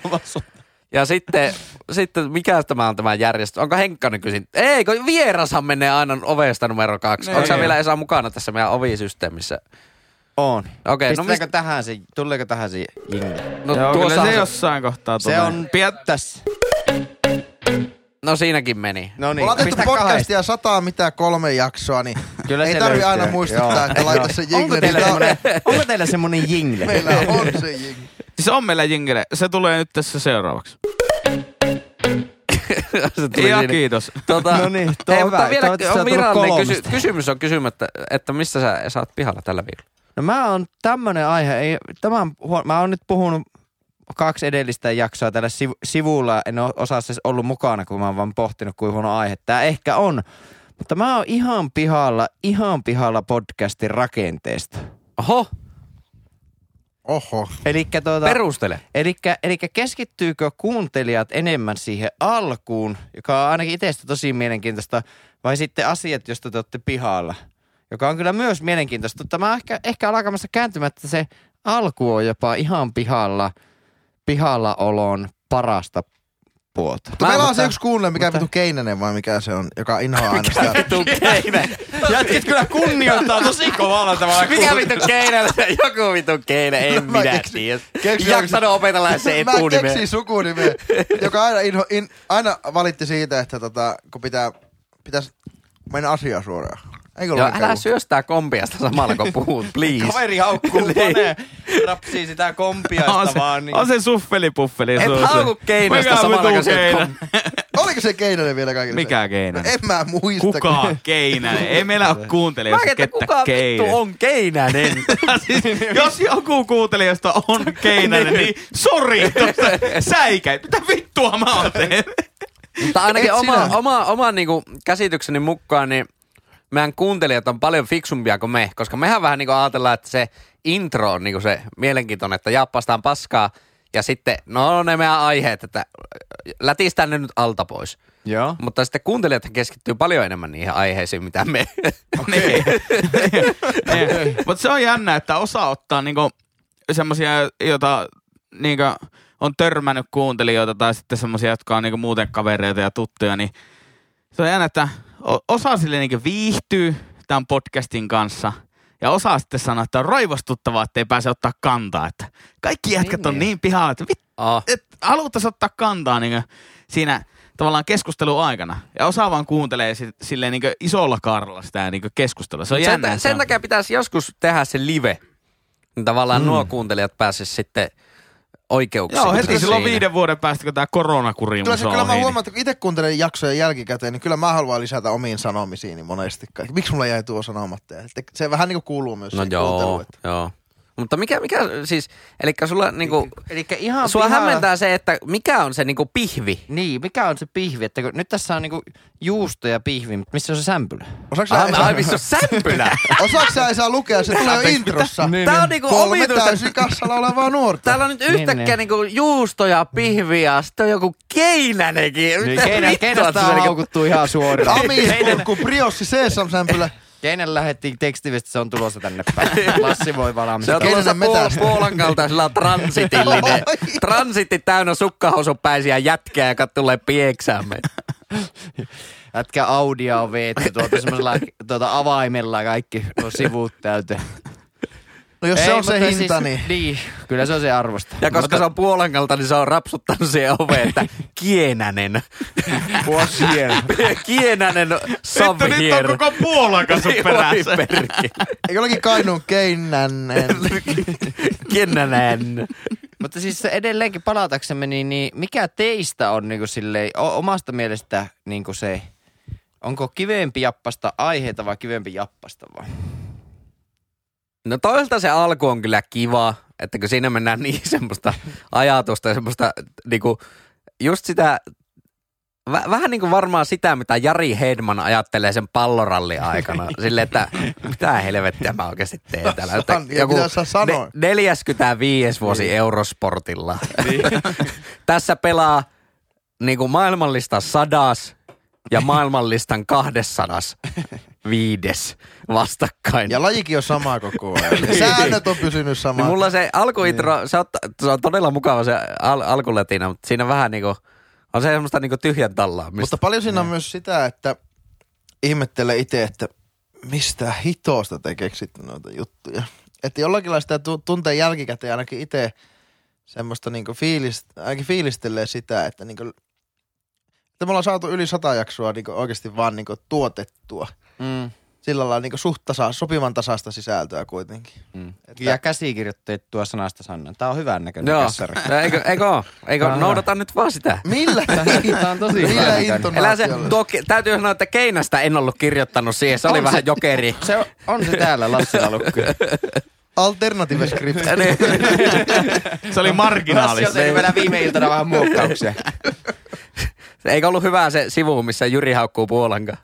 Ja sitten, sitten mikä tämä on tämä järjestö? Onko Henkka nykyisin? Ei, kun vierashan menee aina ovesta numero kaksi. Niin. Onko sä vielä Esa mukana tässä meidän ovisysteemissä? On. Okei, no Pistetäänkö mist- tähän se, tuleeko tähän se jingle? No, Joo, kyllä tuossahan se jossain kohtaa Se tulee. on Piet... tässä. No siinäkin meni. No Mulla niin, on tehty pistä kahdesta. podcastia sataa mitä kolme jaksoa, niin Kyllä ei se tarvi löytyy. aina muistuttaa, Joo. että laita se jingle. Onko teillä Tää on- semmonen, onko teillä semmonen jingle? Meillä on se jingle. Siis on meillä jingle. Se tulee nyt tässä seuraavaksi. se Ja siinä. kiitos. Tota, No niin, toi hei, on mutta hyvä. vielä Toivottavasti se on on tullut virallinen kysy- kolmesta. kysymys on kysymättä, että missä sä saat pihalla tällä viikolla? No mä oon tämmönen aihe, ei, tämä on, huo- mä oon nyt puhunut kaksi edellistä jaksoa tällä sivu- sivulla, en oo osaa siis ollut mukana, kun mä oon vaan pohtinut, kuinka huono aihe tämä ehkä on. Mutta mä oon ihan pihalla, ihan pihalla podcastin rakenteesta. Oho, Tota- Oho. Elikkä tuota, perustele. Elikkä, elikkä keskittyykö kuuntelijat enemmän siihen alkuun, joka on ainakin itsestä tosi mielenkiintoista, vai sitten asiat, josta te olette pihalla, joka on kyllä myös mielenkiintoista. Mutta mä ehkä, ehkä on alkamassa kääntymättä se alku on jopa ihan pihalla, pihalla olon parasta puolta. Mä meillä on se mutta- yksi kuunnelija, mikä vitu Keinänen vai mikä se on, joka inhoaa aina sitä. Vittu keinen. Jätkit kyllä kunnioittaa tosi kovalla tavalla. Mikä vittu keinellä? Joku vittu keinen, en Mä minä keksin- tiedä. keksin- Jaksanut opetella se Mä etunimeä. keksin sukunimeä, joka aina, inho, in, aina valitti siitä, että tota, kun pitää, pitäisi mennä asiaan suoraan. Eikö Joo, ole älä syöstää kompiasta samalla kun puhut, please. Kaveri haukkuu Niin. panee, rapsii sitä On kompiaista se, vaan. Niin. on se suffelipuffeli. Et suussa. hauku keinosta Mikä samalla vitu kun syöt Keinä? kompiasta. Oliko se Keinänen vielä kaikille? Mikä Keinä? En mä muista. Kuka Keinänen? Ei meillä ole Mä kuuntelijoista ajattelin, että kettä kuka Keinänen. vittu on niin- keinänen? siis, jos joku kuuntelijoista on Keinänen, niin sori tuosta säikä. Mitä vittua mä oon tehnyt? Mutta ainakin Et oma, sinä. oma, oma niinku käsitykseni mukaan, niin meidän kuuntelijat on paljon fiksumpia kuin me, koska mehän vähän niinku ajatellaan, että se intro on niinku se mielenkiintoinen, että jappastaan paskaa ja sitten, no ne meidän aiheet, että lätistään ne nyt alta pois. Joo. Mutta sitten kuuntelijat keskittyy paljon enemmän niihin aiheisiin, mitä me. Niin. Mutta se on jännä, että osa ottaa niinku semmosia, jota niinku törmännyt kuuntelijoita tai sitten semmoisia, jotka on niinku muuten kavereita ja tuttuja, niin se on jännä, että o- osa sille niinku viihtyy tämän podcastin kanssa ja osa sitten sanoo, että on raivostuttavaa, että ei pääse ottaa kantaa. Että kaikki jätkät on Niin. niin pihalla, että vittu Ah. et haluttaisi ottaa kantaa niin siinä tavallaan keskustelun aikana. Ja osa vaan kuuntelee sit, silleen niin isolla karralla sitä niin keskustelua. Se on Sen, jännä. ta- sen takia pitäisi joskus tehdä se live. Niin Tavallaan mm. nuo kuuntelijat pääsisi sitten oikeuksiin. Joo, heti siinä. silloin viiden vuoden päästä, kun tämä Kyllä, koronakurimus se, on niin kyllä mä ohi, huomaan, että kun itse kuuntelen jaksoja jälkikäteen, niin kyllä mä haluan lisätä omiin sanomisiini monesti. kaikki. Miksi mulla jäi tuo sanomatta? Ja sitten Se vähän niin kuin kuuluu myös No siihen kuunteluun, joo, että- joo. Mutta mikä, mikä siis, eli sulla niinku, Elikkä ihan sua pihalla- hämmentää se, että mikä on se niinku pihvi. Niin, mikä on se pihvi? Että kun, nyt tässä on niinku juusto ja pihvi, mutta missä on se sämpylä? Osaatko sä, Ai, ai missä Esa, on sämpylä? osaatko sä Esa lukea? Se tulee jo introssa. Niin. Tää on niinku Kolme omituista. täysin kassalla olevaa nuorta. Täällä on nyt yhtäkkiä niin. niinku juustoja, pihviä, sitten on joku keinänenkin. Mitä Niin, Keinä, vittua keinästä se on niinku- haukuttu ihan suoraan. Ami, kurkku, priossi, sesam-sämpylä. Keinen lähetti tekstiviesti, se on tulossa tänne päin. Lassi voi Niin. Se valmistaa. on tulossa Kenen Puol- metästä? Puolan kaltaisella transitillinen. Transitti täynnä sukkahousupäisiä jätkää, joka tulee pieksäämme. Jätkä Audia on veetty tuota semmoisella tuota avaimella kaikki nuo sivut täyteen. No jos se on se siis- mutta hinta, niin... niin. Kyllä se on se arvosta. Ja koska se on Puolan kalta, niin se on rapsuttanut siihen oveen, että kienänen. kienänen Vittu, nyt on savhier. koko Puolan kanssa perässä. Oi perkele. Eikö olekin Kainuun keinännen? Kienänen. Mutta siis se edelleenkin palataksemme, niin, niin mikä teistä on niin kuin silleen, o- omasta mielestä niin kuin se, onko kivempi jappasta aiheita vai kivempi jappasta vai? No toisaalta se alku on kyllä kiva, että kun siinä mennään niin semmoista ajatusta ja semmoista niinku, just sitä, väh, vähän niin kuin varmaan sitä, mitä Jari Hedman ajattelee sen palloralli aikana. Sille, että mitä helvettiä mä oikeasti teen täällä. Että San- ja Niin. mitä sä sanoit? 45 vuosi Eurosportilla. Niin. Tässä pelaa niinku maailmanlista sadas ja maailmanlistan kahdessadas viides vastakkain. Ja lajikin on sama koko ajan. Ja Säännöt on pysynyt Niin samaa. mulla se alkuintro, niin. se, on, se on todella mukava se al, alkuletina, mutta siinä vähän niinku, on se semmoista niinku tyhjän tallaamista. Mutta paljon siinä on myös sitä, että ihmettelee itse, että mistä hitoosta te keksitte noita juttuja. Että jollakin lailla sitä tu- tuntee jälkikäteen ainakin itse semmoista niinku fiilis, ainakin fiilistelee sitä, että niinku, että me ollaan saatu yli sata jaksoa niinku oikeasti vaan niinku tuotettua. Mm. Sillä lailla niinku suht tasa, sopivan tasasta sisältöä kuitenkin. Mm. Että- Ja käsikirjoitettua sanasta sanan. Tää on hyvän näköinen Joo, No, kässäri. eikö, eikö, oo? eikö Tää on noudata nyt vaan sitä. Millä? Tää on tosi hyvän Millä näköinen. Elä se, intonaatiolla? tuo, ke- täytyy sanoa, että Keinästä en ollut kirjoittanut siihen, se oli On vähän se- jokeri. Se on, on se täällä Lassilla lukku. Alternative script. Niin. Se oli Lassi on marginaalissa. tehnyt vielä viime iltana vähän muokkauksia. Eikä ollut hyvää se sivu, missä Jyri haukkuu Puolankaan.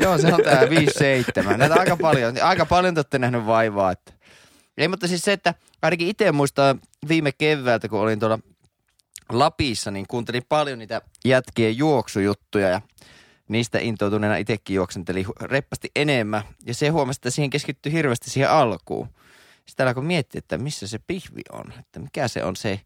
Joo, se on tää 5-7. Näitä aika paljon, aika paljon te olette nähnyt vaivaa. Että. Ei, mutta siis se, että ainakin itse muistan viime keväältä, kun olin tuolla Lapissa, niin kuuntelin paljon niitä jätkien juoksujuttuja ja niistä intoutuneena itsekin juoksenteli hu- reppasti enemmän. Ja se huomasi, että siihen keskittyi hirveästi siihen alkuun. Sitten alkoi miettiä, että missä se pihvi on, että mikä se on se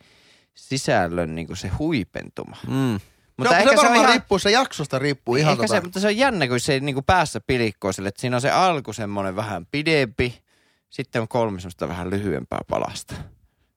sisällön niin se huipentuma. Mm. Mutta no, se varmaan ihan... riippuu, se jaksosta riippuu ihan Niin, Ehkä tota. se, mutta se on jännä, kun se ei niinku päässä pilikkoo sille, että siinä on se alku semmoinen vähän pidempi, sitten on kolme semmoista vähän lyhyempää palasta.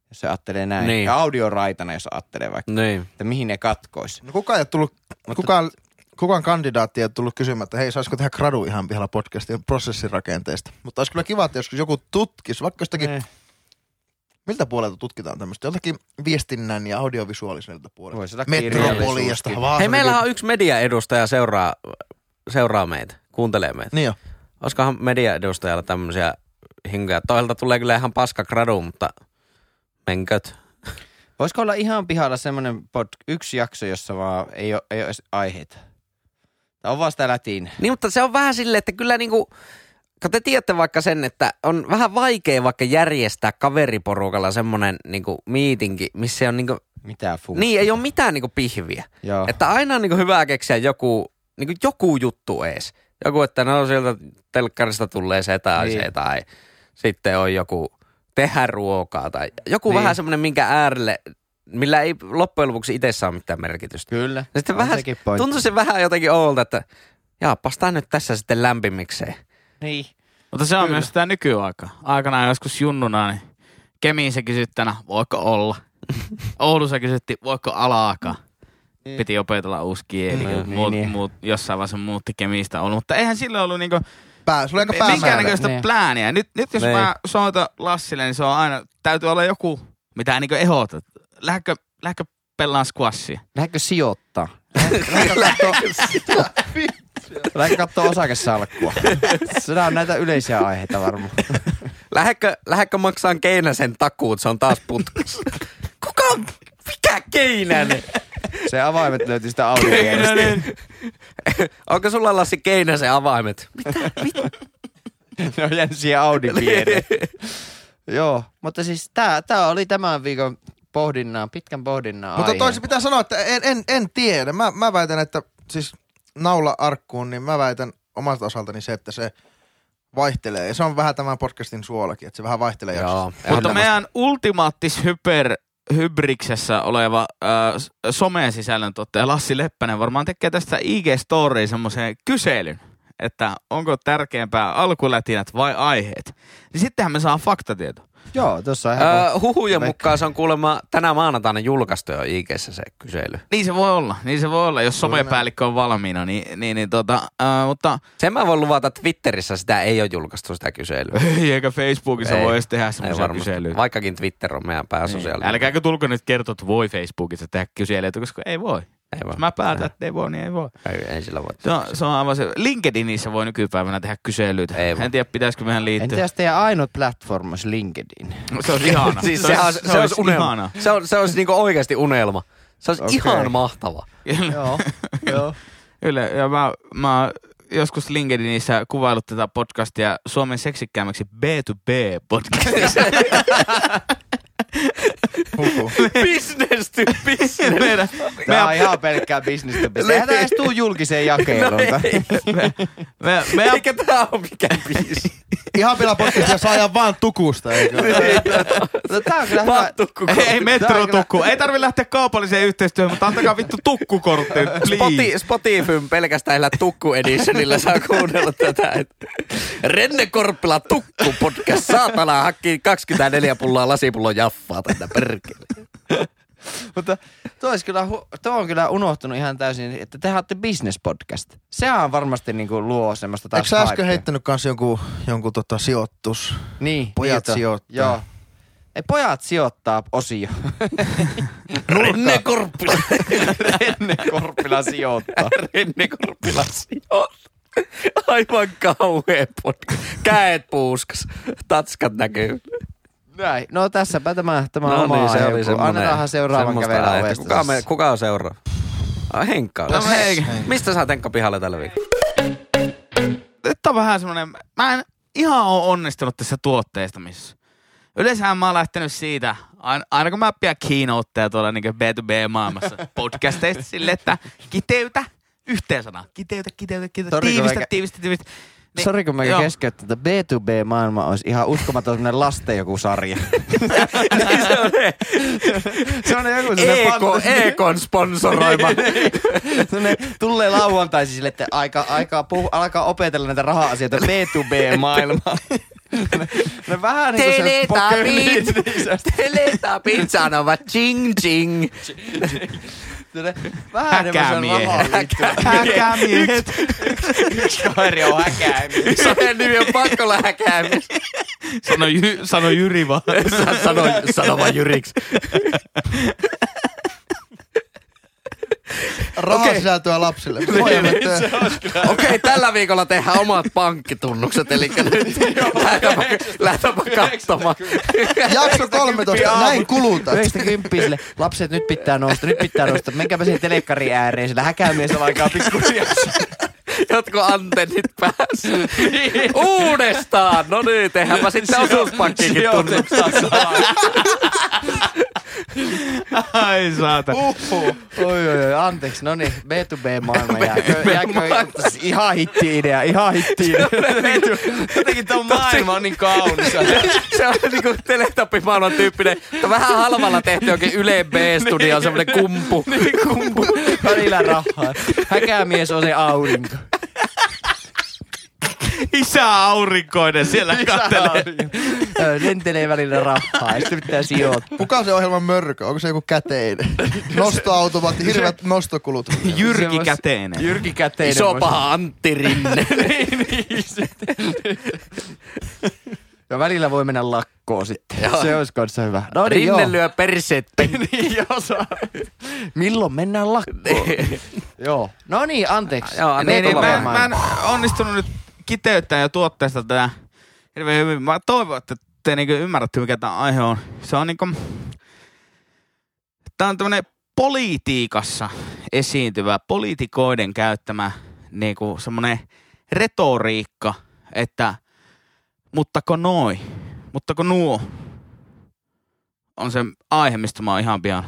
Jos se ajattelee näin. Niin. Niin. Ja audioraitana, jos ajattelee vaikka, Niin. että mihin ne katkois. No kukaan ei ole tullut, mutta... kukaan, kukaan kandidaatti ei ole tullut kysymään, että hei, saisiko tehdä gradu ihan pihalla podcastin prosessirakenteesta. Mutta olisi kyllä kiva, että joskus joku tutkisi, vaikka jostakin, Niin. Eh. Ne, miltä puolelta tutkitaan tämmöistä, joltakin viestinnän ja audiovisuaaliselta puolelta. Voisi olla Metropoliasta, kirjallisuuskin. Hei, Vaasan- meillä on yksi mediaedustaja seuraa, seuraa meitä, kuuntelee meitä. Niin jo. Olisikohan mediaedustajalla tämmöisiä hinkoja? Toilta tulee kyllä ihan paska gradu, mutta menköt. Voisiko olla ihan pihalla semmoinen pod- yksi jakso, jossa vaan ei ole, ei ole edes aiheita? Tämä on vasta lätin. Niin, mutta se on vähän silleen, että kyllä niinku, kun te tiedätte vaikka sen, että on vähän vaikea vaikka järjestää kaveriporukalla semmoinen niinku miitinki, missä ei on niinku, Mitä fuu? niin ei ole mitään niinku pihviä. Joo. Että aina on niinku hyvä keksiä joku, niinku joku juttu ees. Joku, että no sieltä telkkarista tulee se tai niin. Niin. se tai sitten on joku tehdä ruokaa tai joku niin. Niin. vähän semmoinen, minkä äärelle millä ei loppujen lopuksi itse saa mitään merkitystä. Kyllä. Ja sitten On vähän, sekin pointti. tuntui se vähän jotenkin oudolta, että jaappas tää nyt tässä sitten lämpimikseen. Niin. Mutta se on myös sitä nykyaikaa. Aikanaan joskus junnuna, niin Kemiin se kysyttänä, voiko olla. Oulussa kysyttiin, voiko alaakaan. Piti opetella uusi kieli. Niin, Niin, niin, muut, niin. Muut, jossain vaiheessa muutti Kemiistä Oulu. Mutta eihän sillä ollut niinku Pää, sulla ei ole päämäärä. minkäännäköistä Niin. plääniä. Nyt, nyt jos Niin. mä soitan Lassille, niin se on aina, täytyy olla joku, mitä niinku ehdotat. Lähdkö, lähdkö pelaan squashia? Lähdekö sijoittaa? Lähdekö katsoa- Lähdekö katsoa osakesalkkua? Sillä on näitä yleisiä aiheita varmaan. Lähekö, lähekö maksaan Keinäsen takuut, se on taas putkassa. Kuka on, mikä Keinänen? Se avaimet löytyy sitä audiokielestä. Onko sulla Lassi Keinäsen avaimet? Ne on jänsiä audikielestä. Joo, mutta siis tää, tää oli tämän viikon pohdinnan, pitkän pohdinnan Mutta aihe. toisin pitää sanoa, että en, en, en tiedä. Mä, mä väitän, että siis naula arkkuun, niin mä väitän omalta osaltani se, että se vaihtelee. Ja se on vähän tämän podcastin suolakin, että se vähän vaihtelee jaksossa. Mutta meidän ultimaattis hyper hybriksessä oleva äh, somen sisällön tuottaja Lassi Leppänen varmaan tekee tästä ig storyin semmoisen kyselyn, että onko tärkeämpää alkulätinät vai aiheet. Niin sittenhän me saa faktatieto. Joo, tuossa on ihan... Öö, huhujen Veikka. mukaan se on kuulemma tänä maanantaina julkaistu jo ig se kysely. Niin se voi olla, niin se voi olla, jos Voi somepäällikkö on valmiina, niin, niin, niin tota, äh, mutta Sen mä voin luvata, että Twitterissä sitä ei ole julkaistu sitä kyselyä. ei, eikä Facebookissa Ei, voi edes tehdä Ei semmoisia varmasti. kyselyitä. Vaikkakin Twitter on meidän pääsosiaalinen. Älkääkö tulko nyt kertoa, että voi Facebookissa tehdä kyselyitä, koska ei voi. Ei, Jos voi. mä päätän, että ei voi, niin ei voi. ei, ei sillä voi. Se on, se on aivan se. LinkedInissä voi nykypäivänä tehdä kyselyitä. Ei Ei voi. en tiedä, pitäisikö meidän En liittyä. tiedä, jos teidän ainut platform olisi LinkedIn. Se on ihana. Siis se, sehän on on, se, olisi unelma. ihana. Se, on, se olisi niinku oikeasti unelma. Se olisi Okei. ihan mahtava. Joo, joo. Yle, ja mä, mä oon joskus LinkedInissä kuvailut tätä podcastia Suomen seksikkäämmäksi B2B-podcastiksi. Huhu. business to business. meidän, Tää meidän, on ihan pelkkää bisnestä. Eihän tää edes tuu julkiseen jakeluun. me, me, meidän, Eikä tää ole mikään biisi. Ihan vielä podcastia saa ajaa vaan tukusta, eikö? No tää on kyllä hyvä. Vattukko. ei, ei metrotukku. Ei tarvi lähteä kaupalliseen yhteistyöhön, mutta antakaa vittu tukkukortti. Spoti, Spotifyn pelkästään elä tukku editionilla saa kuunnella tätä. et. Renne Korppila tukku podcast. Saatana hakki 24 pulloa lasipullon jaffaa tänne perkele. Mutta tuo, olisi kyllä, hu- tuo on kyllä unohtunut ihan täysin, että te olette business-podcast. Sehän varmasti niinku luo semmoista taas Eikö sä äsken hypeä. heittänyt kanssa jonkun, jonkun tota sijoittus? Niin. Pojat tieto. sijoittaa. Joo. Ei, pojat sijoittaa osio. Renne Korppila. Ennen Korppila sijoittaa. Renne Korppila sijoittaa. Aivan kauhea podcast. Käet puuskas. Tatskat näkyy. Näin. No tässäpä tämä, tämä No oma niin, aihe, kun Annetaanhan seuraavan semmoista kävellä aihetta. ovesta. Niin, Kuka, me, tässä. kuka on seuraava? Ah, Henkka. No, hei. Mistä sä Henkka pihalle tällä viikolla? nyt on vähän semmoinen, mä en ihan ole onnistunut tässä tuotteistamisessa. Yleensähän mä oon lähtenyt siitä, aina, aina kun mä pidän keynoteja tuolla niin B2B-maailmassa podcasteista sille, että kiteytä yhteen sanaan. Kiteytä, kiteytä, kiteytä, Sorry, kun tiivistä, mä- tiivistä, tiivistä. Niin, Sori, kun mä joo. keskeytän, että B2B-maailma olisi ihan uskomaton semmoinen lasten joku sarja. Niin se on joku semmoinen EK, fantasi- EKn sponsoroima. Sellainen tulee lauantaisi sille, että aika, aikaa puhu, alkaa opetella näitä raha-asioita B2B-maailmaa. No vähän niin kuin se Teletapit. poker- niin, se- Teletapit sanovat ching ching. sellainen- Vähän niin kuin se Häkämiehet. rahaan liittyvä. Häkämiehet. Yksi kaveri on häkäämies. Sen nimi on pakko lähkäämis. Sano, jy, sano Jyri vaan. Sä sano, sano vaan Jyriksi. Rahaa Okei. sisältöä lapsille. Pojille töö. Okei, tällä viikolla tehdään omat pankkitunnukset, eli nyt lähdetään lähdetään katsomaan. Jakso 13, näin kulutat. 90 sille, lapset nyt pitää nousta, nyt pitää nousta. Menkääpä siihen telekkarin ääreen, sillä häkämies on aikaa pikkusia. Jotkut antennit päässä. Uudestaan! No niin, tehdäänpä sitten osuuspankkikin tunnukset. Ai saata. Uhu. Oi, oi, oi, anteeksi, no niin, B2B-maailma jääkö, jääkö ihan hitti-idea, ihan hitti-idea. Jotenkin tuo Maailma on niin kaunis. se on niinku teletappimaailman tyyppinen. Mutta vähän halvalla tehty jokin Yle B-studio, semmoinen kumpu. Niin kumpu, välillä rahaa. Häkämies on se aurinko. Isä aurinkoinen siellä kattelee. Ö, Lentelee välillä rahaa, ja sitten pitää sijoittaa. Kuka on se ohjelman mörkö? Onko se joku käteinen? Nostoautomaatti, hirveät nostokulut. Jyrki Semmos- Käteinen. Jyrki Käteinen. Iso voisi- paha Antti Rinne. Niin, Ja välillä voi mennä lakkoon sitten. Joo. Se olisi kanssa hyvä. No niin, joo. Rinne lyö perseet penkkiin. niin, joo, saa. Milloin mennään lakkoon? joo. No niin, anteeksi. Joo, anna Niin, niin, tulla mä, vaan. en- mä en onnistunut nyt kiteyttämään ja tuotteesta tätä hirveän hyvin. Mä toivon, että te niinku ymmärrätte, mikä tämä aihe on. Se on niinku... Tämä on tämmönen politiikassa esiintyvä, poliitikoiden käyttämä niinku semmonen retoriikka, että muttako noi, muttako nuo on se aihe, mistä mä oon ihan pian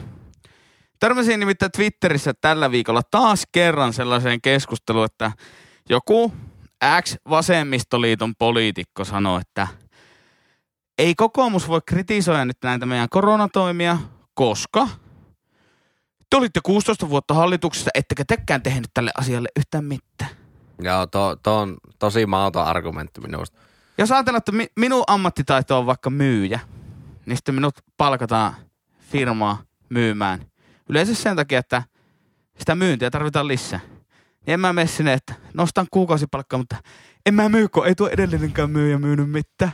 Törmäsin nimittäin Twitterissä tällä viikolla taas kerran sellaiseen keskusteluun, että joku X-vasemmistoliiton poliitikko sanoi, että ei kokoomus voi kritisoida nyt näitä meidän koronatoimia, koska te olitte 16 vuotta hallituksessa, ettekä tekään tehnyt tälle asialle yhtään mitään. Joo, to, to on tosi mauton argumentti minusta. Jos ajatellaan, että mi- minun ammattitaito on vaikka myyjä, niin sitten minut palkataan firmaa myymään. Yleensä sen takia, että sitä myyntiä tarvitaan lisää. Niin en mä mene sinne, että nostan kuukausipalkkaa, mutta en mä myy, kun ei tuo edellinenkään myyjä myynyt mitään.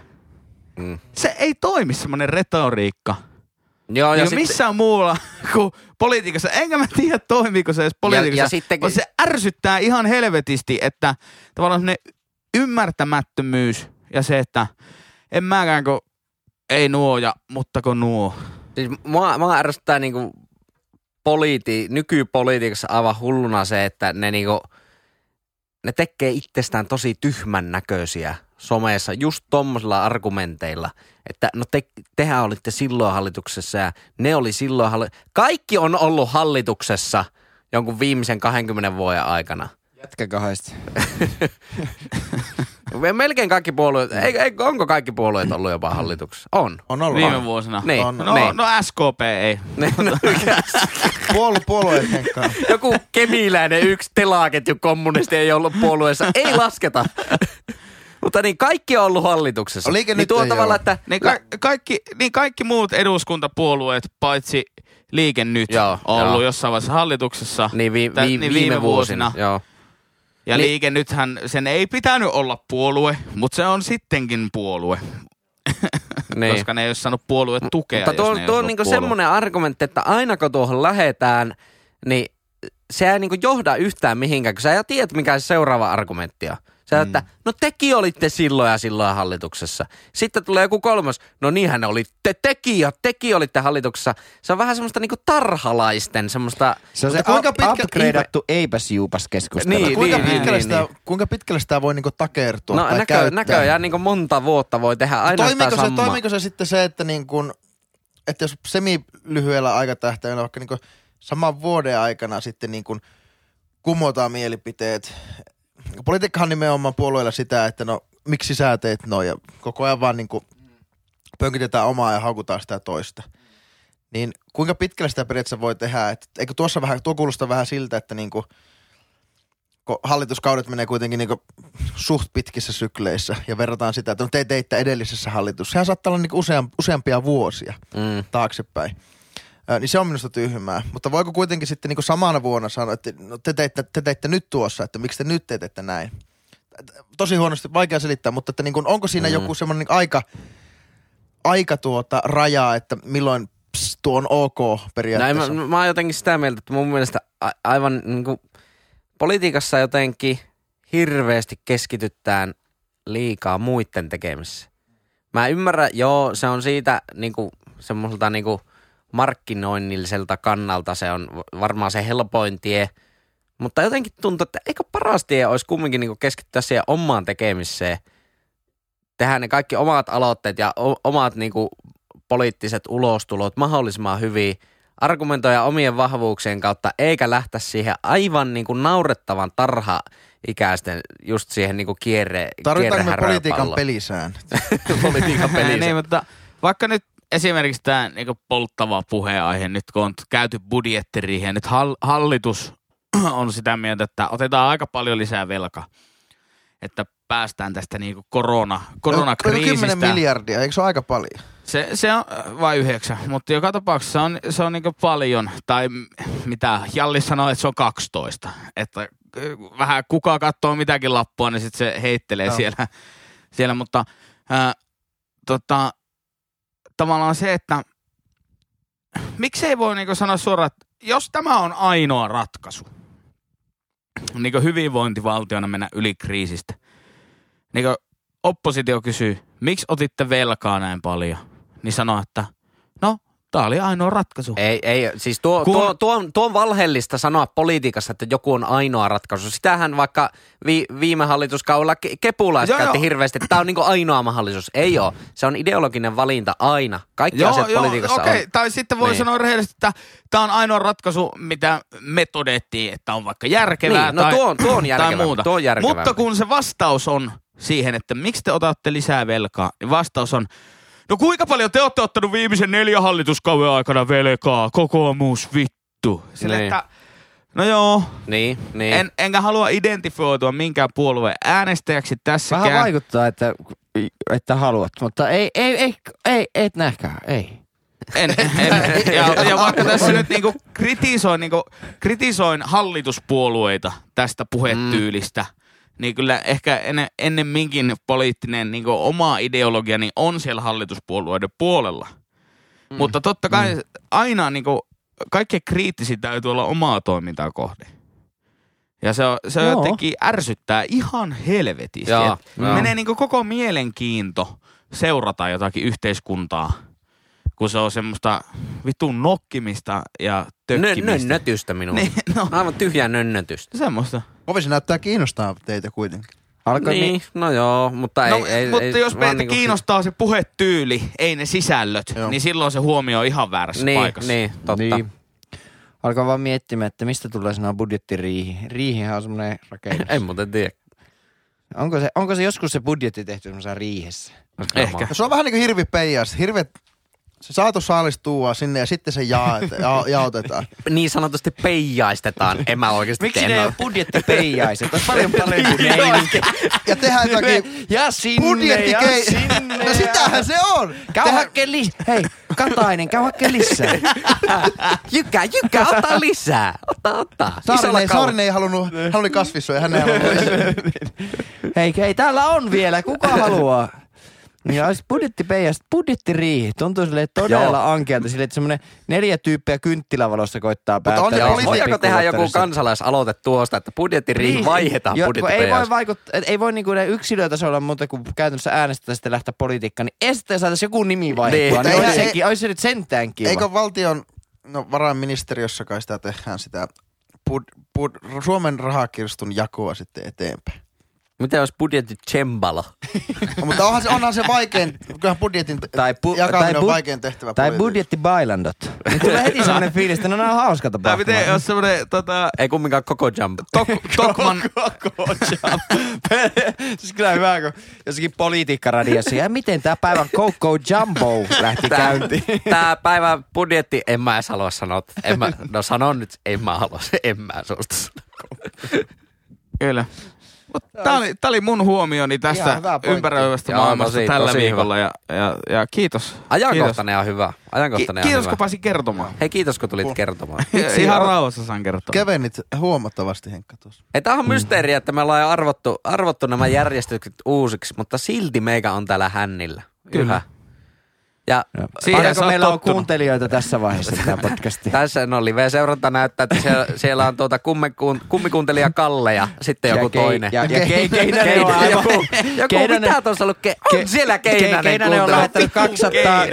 Mm. Se ei toimi semmoinen retoriikka. Joo, Niin, ja No, ja sitten- missään muulla kuin politiikassa. Enkä mä tiedä, toimiiko se edes politiikassa. ja sitten- mutta se ärsyttää ihan helvetisti, että tavallaan semmoinen ymmärtämättömyys ja se, että en mäkään kun ei nuo ja mutta kun nuo. Siis mua, mua ärsyttää niinku poliiti, nykypolitiikassa aivan hulluna se, että ne niinku, ne tekee itsestään tosi tyhmän näköisiä someessa just tommosilla argumenteilla, että no te, tehän olitte silloin hallituksessa ja ne oli silloin halli- Kaikki on ollut hallituksessa jonkun viimeisen 20 vuoden aikana. Jätkä kahdesta. Melkein kaikki puolueet, ei, ei, onko kaikki puolueet ollut jopa hallituksessa? On. On ollut. Viime vuosina. Niin, On. No, niin. no SKP ei. No, Puol, puolueet henkkaa. Joku kemiläinen yksi telaketju kommunisti ei ollut puolueessa. Ei lasketa. Mutta niin, kaikki on ollut hallituksessa. No, liike niin nyt tuo ei tavalla, ole. että... Niin, ka- kaikki, niin kaikki muut eduskuntapuolueet paitsi Liike Nyt Joo, joo, ollut joo. joo. jossain vaiheessa hallituksessa. niin, vi- vi- Tä- viime, viime vuosina. Joo. Ja Niin- liike nythän, sen ei pitänyt olla puolue, mutta se on sittenkin puolue. Niin. Koska ne ei ole saanut puolueen tukea, Mutta tuo, jos on- ne ei tuo on ollut niinku puolue. semmoinen argumentti, että aina kun tuohon lähetään, niin se ei niinku johda yhtään mihinkään, kun sä ja tiedät, mikä se seuraava argumentti on. Sä mm. että, no teki olitte silloin ja silloin hallituksessa. Sitten tulee joku kolmas, no niinhän ne olitte, teki ja teki olitte hallituksessa. Se on vähän semmoista niinku tarhalaisten semmoista... Se on se Mutta kuinka up, pitkä- upgradeattu eipäs juupas keskustelu. Niin, Kuinka, niin, pitkälle niin, sitä, niin. kuinka pitkälle sitä voi niinku takertua No tai näkö, käyttää? näköjään niin monta vuotta voi tehdä aina sitä toimiko se, samaa. toimiko se sitten se, että niin kun, että jos semi-lyhyellä aikatähtäimellä vaikka niin kun saman vuoden aikana sitten niin kun kumotaan mielipiteet. Politiikkahan nimenomaan puolueella sitä, että no miksi sä teet noin ja koko ajan vaan niin kun pönkitetään omaa ja haukutaan sitä toista. Niin kuinka pitkälle sitä periaatteessa voi tehdä? Et, eikö tuossa vähän, tuo kuulostaa vähän siltä, että niin kun, kun hallituskaudet menee kuitenkin niin suht pitkissä sykleissä ja verrataan sitä, että no te teitte edellisessä hallituksessa. Sehän saattaa olla niin useam, useampia vuosia Mm. taaksepäin. Ö, niin se on minusta tyhmää. Mutta voiko kuitenkin sitten niin samana vuonna sanoa, että no te, teitte, te teitte nyt tuossa, että miksi te nyt teette näin? Tosi huonosti, vaikea selittää, mutta että niin kuin, onko siinä mm. joku semmoinen aika, aika tuota rajaa, että milloin pss, tuo on ok periaatteessa? No, en mä, mä oon jotenkin sitä mieltä, että mun mielestä a, aivan niin kuin, politiikassa jotenkin hirveästi keskitytään liikaa muiden tekemisessä. Mä ymmärrän, joo, se on siitä niin kuin, semmoiselta niin kuin, markkinoinnilliselta kannalta se on v- varmaan se helpoin tie, mutta jotenkin tuntuu, että eikö paras tie olisi kumminkin niin keskittyä siihen omaan tekemiseen. Tehdään ne kaikki omat aloitteet ja o- omat niin kuin, poliittiset ulostulot niinku mahdollisimman hyvin, argumentoida omien vahvuuksien kautta, eikä lähteä siihen aivan niin kuin naurettavan tarha-ikäisten just siihen niin kuin kierre, Tarvitaanko me kierrehäräpalloon. politiikan pelisään? politiikan peliin. niin, mutta vaikka nyt esimerkiksi tämä niinku polttava puheenaihe, nyt kun on käyty budjettiriihen, nyt hal- hallitus on sitä mieltä, että otetaan aika paljon lisää velkaa, että päästään tästä niinku korona, No, koronakriisistä. 10 miljardia, eikö se ole aika paljon? Se, se on vain yhdeksän, mutta joka tapauksessa on, se on niin paljon, tai m- mitä Jalli sanoi, että se on 12. Että ö, vähän kuka katsoo mitäkin lappua, niin sitten se heittelee Joo. siellä, siellä. Mutta ää, tota, tavallaan se, että miksei voi niin sanoa suoraan, että jos tämä on ainoa ratkaisu, niin hyvinvointivaltiona mennä yli kriisistä, niin oppositio kysyy, miksi otitte velkaa näin paljon, niin sanoo, että no, tämä oli ainoa ratkaisu. Ei, ei, siis tuo, Kun- tuo, tuo, on, tuo on valheellista sanoa politiikassa, että joku on ainoa ratkaisu. Sitähän vaikka vi, viime hallituskaudella ke- kepulaiset Joo, käytti joo. hirveästi, että tämä on niinku ainoa mahdollisuus. Ei ole. Se on ideologinen valinta aina. Kaikki joo, asiat joo, politiikassa okei. on. Tai sitten voi Niin. niin. sanoa rehellisesti, että tämä on ainoa ratkaisu, mitä me todettiin, että on vaikka järkevää Niin, no tai, tuo on- tuo on järkevää, tai muuta. tuo on järkevää. Mutta kun se vastaus on siihen, että miksi te otatte lisää velkaa, niin vastaus on, no kuinka paljon te olette ottanut viimeisen neljän hallituskauden aikana velkaa, kokoomus vittu. Sille, Niin. niin. että, no joo, Niin, niin. En, enkä halua identifioitua minkään puolueen äänestäjäksi tässäkään. Vähän vaikuttaa, että, että haluat, mutta ei, ei, ei, ei, et nähkään, ei. En, en. Ja, ja vaikka tässä nyt niinku kritisoin, niinku, kritisoin hallituspuolueita tästä puhetyylistä, niin kyllä ehkä enne, ennemminkin poliittinen niinku, oma ideologia niin on siellä hallituspuolueiden puolella. Mutta totta kai aina niinku, kaikkein kriittisin täytyy olla omaa toimintaa kohde. Ja se, on- se Joo. jotenkin ärsyttää ihan helvetisti. Joo, Et joo. Menee niinku koko mielenkiinto seurata jotakin yhteiskuntaa, kun se on semmoista vitun nokkimista ja Nö- tökkimistä. Nönnötystä minun. Niin, no, Aivan tyhjää nönnötystä. semmoista. Kovin se näyttää kiinnostaa teitä kuitenkin. Alkoi Niin, no joo, mutta ei. no, ei, mutta ei, jos vaan meitä niinku- kiinnostaa se puhetyyli, ei ne sisällöt, Joo. niin silloin se huomio on ihan väärässä Niin, paikassa. niin, totta. Niin. Alkaa vaan miettimään, että mistä tulee sana budjettiriihi. Riihihän on semmoinen rakenne. En muuten tiedä. onko, se, onko se joskus se budjetti tehty semmoisessa riihessä? Ehkä. No se on vähän niin kuin hirvi peijasta. Hirvet, se saatu saalistua sinne ja sitten se jaet, ja, jaotetaan. Niin sanotusti peijaistetaan. En mä oikeasti Miksi en ne ei oo- ole budjettipeijaiset? On paljon parempi meininki. Ja tehdään jotakin Ja sinne ja budjettikei... sinne. No sitähän se on! Käy hakkeen lisää. Hei, Katainen, käy hakkeen lisää. Jykää, jykää, ottaa lisää. Ottaa, ottaa. Saarinen, ei- Isolla kaulalla. Saarinen ei halunnut, hän oli kasvissuja, hän ei halunnut. Hei, hei, täällä on vielä. Kuka haluaa? Ja olisi budjettipeijasta, budjettiriihi. Tuntuu sille todella Joo. Joo. ankealta. Sille, että semmoinen neljä tyyppiä kynttilävalossa koittaa päättää. on se mistä Joo, poliitikko- voidaanko tehdä joku kulttuurissa- kansalaisaloite tuosta, että budjettiriihi Niin, vaihdetaan jo- kun Ei voi, budjettipeijaiseksi? vaikuttaa, ei voi niinku ne yksilötasolla muuta kuin käytännössä äänestää sitten lähteä politiikkaan, niin este saataisiin joku nimi Niin, vaihtua. mutta Niin, niin eihän- olisi, sekin, olisi se nyt sentään kiva. Eikö valtion, no varainministeriössä kai sitä tehdään sitä bud, bud, Suomen rahakirstun jakoa sitten eteenpäin. Mitä jos budjetti tsembalo? No, mutta onhan se, onhan se vaikein, kyllähän budjetin Tai tai bu- jakaminen tai on bu- vaikein Tai tehtävä. politiikassa. budjettibailandot. Niin tulee heti semmoinen fiilis, että no nämä on hauska Tai tapahtuma. miten jos semmoinen tota, Ei kumminkaan koko jump. tok, Tokman... siis kyllä hyvä, kun jossakin politiikkaradiossa. Ja miten tämä päivän Coco Jumbo lähti Tää, käyntiin? tää päivän budjetti, en mä edes halua sanoa. En mä, no sanon nyt, en mä halua, en mä suostu sanoa. Kyllä. Mut Tämä oli, tää oli mun huomioni tästä Ihan hyvä pointti. ympäröivästä Joo, maailmasta tosi- tällä tosi viikolla ja, ja, ja kiitos. Ajankohtainen on hyvä. Kiitos, Ajankohtainen Ki- kiitos on kun hyvä. pääsin kertomaan. Hei, kiitos kun tulit kertomaan. Ihan rauhassa saan kertoa. Kevennit huomattavasti Henkka tuossa. Ei, tää on Mm. mysteeri, että me ollaan jo arvottu, arvottu nämä järjestykset uusiksi, mutta silti meikä on täällä hännillä. Kyllä. Yhä. Ja Siihen sä Paljonko oot meillä on tottunut. kuuntelijoita tässä vaiheessa tämä podcasti? Tässä no live-seuranta näyttää, että siellä, siellä on tuota kummikuun, kummikuuntelija Kalle ja sitten joku kei- toinen. Ja, ja kei, Keinänen on Keinä- aivan... joku, joku Keinänen- mitä tuossa ollut? Ke, on Ke- siellä Kei- Keinänen, Keinänen on kuuntele- lähettänyt 200,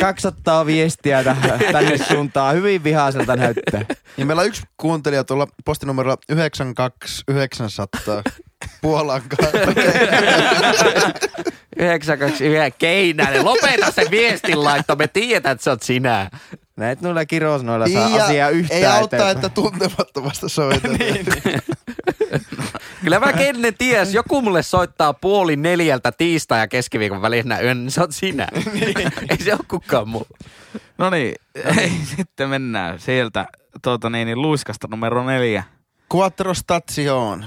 200 viestiä tähän, tänne suuntaan. Hyvin vihaiselta näyttää. Ja meillä on yksi kuuntelija tuolla postinumerolla 92900 Puolan kanssa. 929 Keinänen, lopeta se viestin laitto, me tiedetään, että sä oot sinä. Näet noilla kirosnoilla saa Niin ja asiaa yhtään ei auttaa, että eteenpäin. tuntemattomasta soitetaan. Kyllä mä kenne ties, joku mulle soittaa puoli neljältä tiistai ja keskiviikon välisenä yönä, niin se on sinä. ei se ole kukaan muu. No niin, sitten mennään sieltä tuota niin, niin luiskasta numero neljä. Quattro stazione.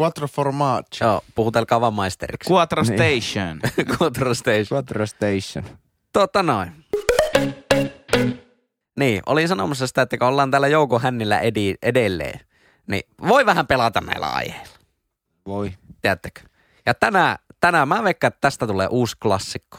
Quattro formaggi. Joo, puhutelkaa vaan maisteriksi. Quattro Niin. Station. Control station. Quattro Station. Tota noin. Niin, olin sanomassa sitä, että kun ollaan täällä Jouko Hännillä edi- edelleen, niin voi vähän pelata näillä aiheilla, Voi. tiedättekö? Ja tänään, tänään mä veikkaan, että tästä tulee uusi klassikko.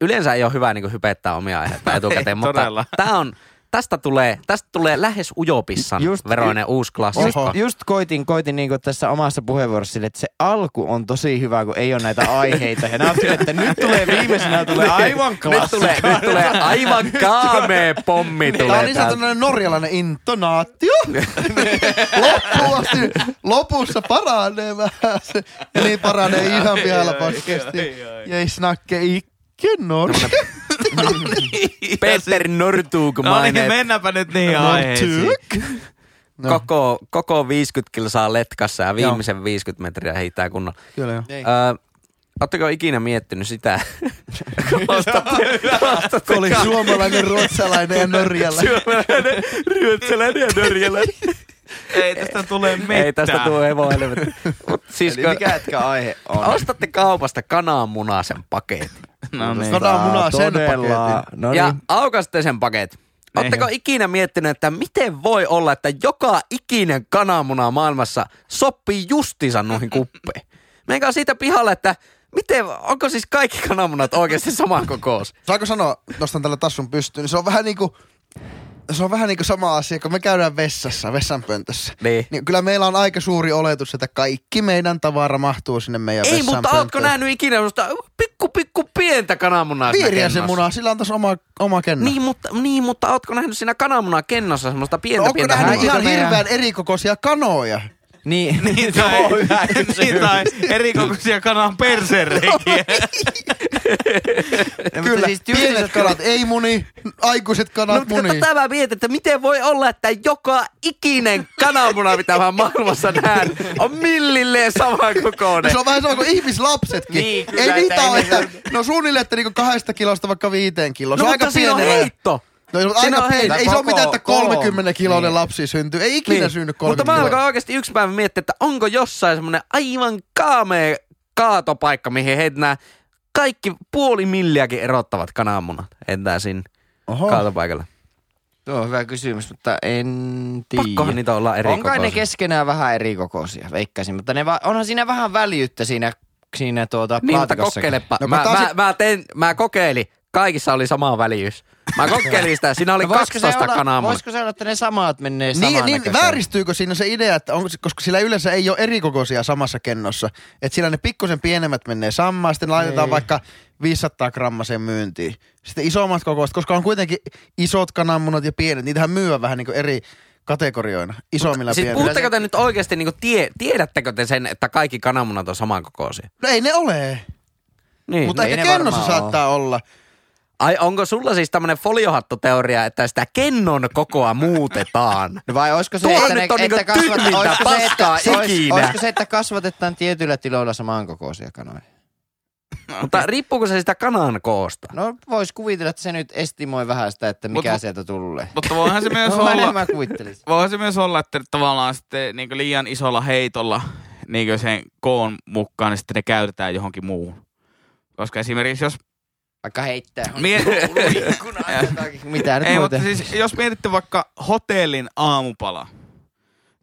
Yleensä ei ole hyvä niin hypettää omia aiheita etukäteen, mutta todella. tää on, tästä, tulee, tästä tulee lähes ujopissan Just- veroinen uusi Just, klassikko. just koitin, koitin niin tässä omassa puheenvuorossa sille, että se alku on tosi hyvä, kun ei ole näitä aiheita. Ja nää on sille, että nyt tulee viimeisenä Niin. tulee aivan Nyt klassikko. tulee, nyt tulee aivan kaamee pommi Tää on tulee niin sanottu norjalainen intonaatio. Loppuun asti, lopussa paranee vähän se. Ja niin paranee ihan vielä podcasti. Jei snakke ikke norja. Peter Nortug No niin, maineet. mennäänpä nyt niihin No, aiheisiin. tyk. No. koko, koko 50 kilsaa letkassa ja viimeisen 50 metriä heitää kunnolla. Kyllä joo. Niin. Öö, Oletteko ikinä miettinyt sitä? Koostatte- koostatte Kun oli ka- suomalainen, ruotsalainen ja norjalainen. Suomalainen, ryötsäläinen ja norjalainen. Ei tästä tule mitään. Ei tästä tule hevoilevet. Mut siis Eli kun mikä etkä aihe on? ostatte kaupasta kananmunasen paketin No niin. Kananmunaa sen paketin. No ja niin. aukaste sen paketin. Oletteko ikinä miettinyt, että miten voi olla, että joka ikinen kananmuna maailmassa sopii justiinsa noihin kuppeihin? Menkää siitä pihalle, että miten, onko siis kaikki kananmunat oikeasti sama kokous? Saanko sanoa, nostan tällä tassun pystyyn, niin se on vähän niinku, se on vähän niinku sama asia, kun me käydään vessassa, vessanpöntössä. Niin. Niin kyllä meillä on aika suuri oletus, että kaikki meidän tavara mahtuu sinne meidän Ei, mutta vessanpönttöön. ootko nähnyt ikinä semmoista pikku, pikku pientä kananmunaa siinä Piiriä se kennossa? muna, sillä on taas oma, oma kenno. Niin mutta, niin, mutta ootko nähnyt siinä kananmunaa kennossa semmoista pientä, No, Onko pientä nähnyt munaa? ihan meidän- hirveän erikokoisia kanoja? Niin, Niin tai, Joo, hyvä kysymys. niin tai eri kokoisia kanan persereikiä. Mutta Kyllä, siis tyylinsä pienet kanat ei muni, aikuiset No, kanat mutta muni. tätä mä mietin, että miten voi olla, että joka ikinen kananmuna, mitä mä maailmassa näen, on millilleen sama kokoinen. No, Se on vähän sama kuin ihmislapsetkin. Niin, kyllä, ei niitä että ole, ei että, no suunnilleen, että niinku kahdesta kilosta vaikka viiteen kiloon. no, se on mutta aika siinä on pienellä. heitto. No ei, Siinä aina on pieni. heitä Ei se ole koko- mitään, että kolo. 30 kiloinen Niin. lapsi syntyy. Ei ikinä synny 30 Mutta mä alkoin kiloinen. oikeasti yksi päivä miettiä, että onko jossain semmoinen aivan kaamea kaatopaikka, mihin heitetään kaikki puoli milliäkin erottavat kananmunat. Heitetään sinne Oho. kaatopaikalle. Tuo on hyvä kysymys, mutta en tiedä. Pakkohan niitä olla eri on kai ne kokoisia. keskenään vähän eri kokoisia, veikkaisin. Mutta ne va- onhan siinä vähän väliyttä siinä, siinä tuota Niin, mutta laatikossakin. kokeilepa. No, mä, kun taas- mä, mä, tein, mä kokeilin. Kaikissa oli sama väliys. Mä kokeilin sitä. Siinä oli No voisiko se 12 olla- kananmunaa. Voisiko se olla, että ne samat menee Niin, niin samannäköiseen? vääristyykö siinä se idea, että onko, se- koska sillä yleensä ei ole erikokoisia samassa kennossa. Että sillä ne pikkusen pienemmät menee samaan, sitten laitetaan Niin. vaikka 500 grammaseen myyntiin. Sitten isommat kokoiset, koska on kuitenkin isot kananmunat ja pienet, niitähän myyä vähän niin eri kategorioina, isommilla ja Siis pienillä. puhutteko te nyt oikeasti, niin tie, tiedättekö te sen, että kaikki kananmunat on samankokoisia? No ei ne ole, Niin. mutta ei ehkä ne kennossa varmaan saattaa olla. Ai onko sulla siis tämmönen foliohattoteoria, että sitä kennon kokoa muutetaan? No vai olisiko se, Tuo että, nyt ne, on niinku että kasvat- tyhmintä olisiko se, että- paskaa olis- ikinä. Olisiko se, että kasvatetaan tietyillä tiloilla samankokoisia kanoja? Mutta riippuuko se sitä kanan koosta? No vois kuvitella, että se nyt estimoi vähän sitä, että mikä Mut- sieltä tulee. Mutta voihan se myös No, näin olla, mä kuvittelisin. voihan se myös olla, että tavallaan sitten niin liian isolla heitolla niin sen koon mukaan, niin sitten ne käytetään johonkin muuhun. Koska esimerkiksi jos... Vaikka heittää. Mie- Jotakin, Mitä nyt Ei, voi mutta tehdä? siis jos mietitte vaikka hotellin aamupala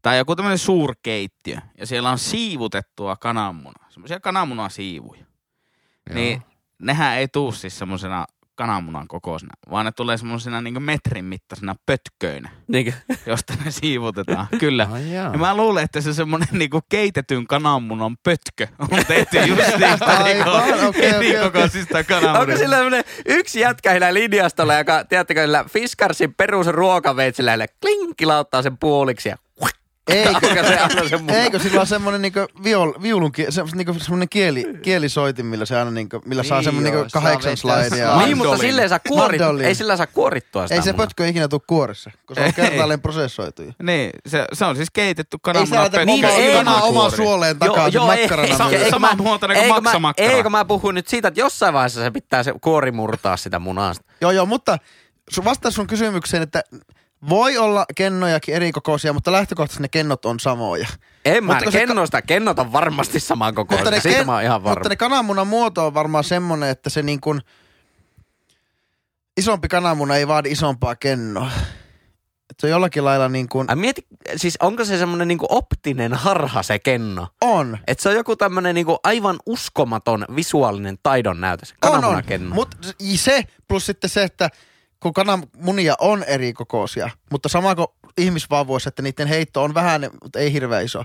tai joku tämmöinen suurkeittiö ja siellä on siivutettua kananmunaa, semmoisia kananmunasiivuja, Joo. niin nehän ei tuu siis semmoisena kananmunan kokoisena, vaan ne tulee semmoisena niin metrin mittaisena pötköinä, Niinkö? josta ne siivutetaan. Kyllä. Ai jaa. Ja mä luulen, että se semmonen niinku keitetyn kananmunan pötkö on tehty just niistä niinku Aivan, okei, okei, erikokoisista Onko kananmunista. sillä tämmönen yksi jätkä sillä linjastolla, joka, tiedättekö, sillä Fiskarsin perusruokaveitsillä, sillä kling, kilauttaa sen puoliksi ja kuik, Eikö, Onko se aina se muna? eikö sillä on semmoinen niinku viol, viulun ki- se, niinku semmoinen kieli, kielisoitin, millä se aina niinku, millä saa Niin semmoinen joo, niinku saa kahdeksan vetää slidea. slidea. Niin, mutta Mandoliini. sillä ei, saa kuorit, Mandoliini. ei sillä saa kuorittua sitä Ei se munaa. pötkö ikinä tule kuoressa, kun se on Ei. kertaalleen prosessoitu. jo. Niin, se, se on siis keitetty Ei se kananmuna laita pötkö. Niin, omaa- ei kanaa vaan oman suoleen takaa, joo, makkarana. ei, myöten. ei. Saman muotoinen kuin eikö mä- maksamakkara. Eikö mä puhu nyt siitä, että jossain vaiheessa se pitää se kuori murtaa sitä munasta. Joo, joo, mutta sun vastaus sun kysymykseen, että voi olla kennojakin eri kokoisia, mutta lähtökohtaisesti ne kennot on samoja. En mä, Mutta kun se- kennoista, kennot on varmasti saman kokoiset, siitä mä oon ihan varma. mutta ne kananmunan muoto on varmaan semmonen, että se niin kuin, isompi kananmuna ei vaadi isompaa kennoa. Et se on jollakin lailla niin kuin, Ai mieti, siis onko se semmoinen niinku optinen harha se kenno? on. Et se on joku tämmönen niinku aivan uskomaton visuaalinen taidon näytös. se On, on. kananmunakenno. Mutta se plus sitten se, että kun kananmunia on eri kokoisia, mutta sama kuin ihmisvauvoissa, että niiden heitto on vähän, mutta ei hirveän iso,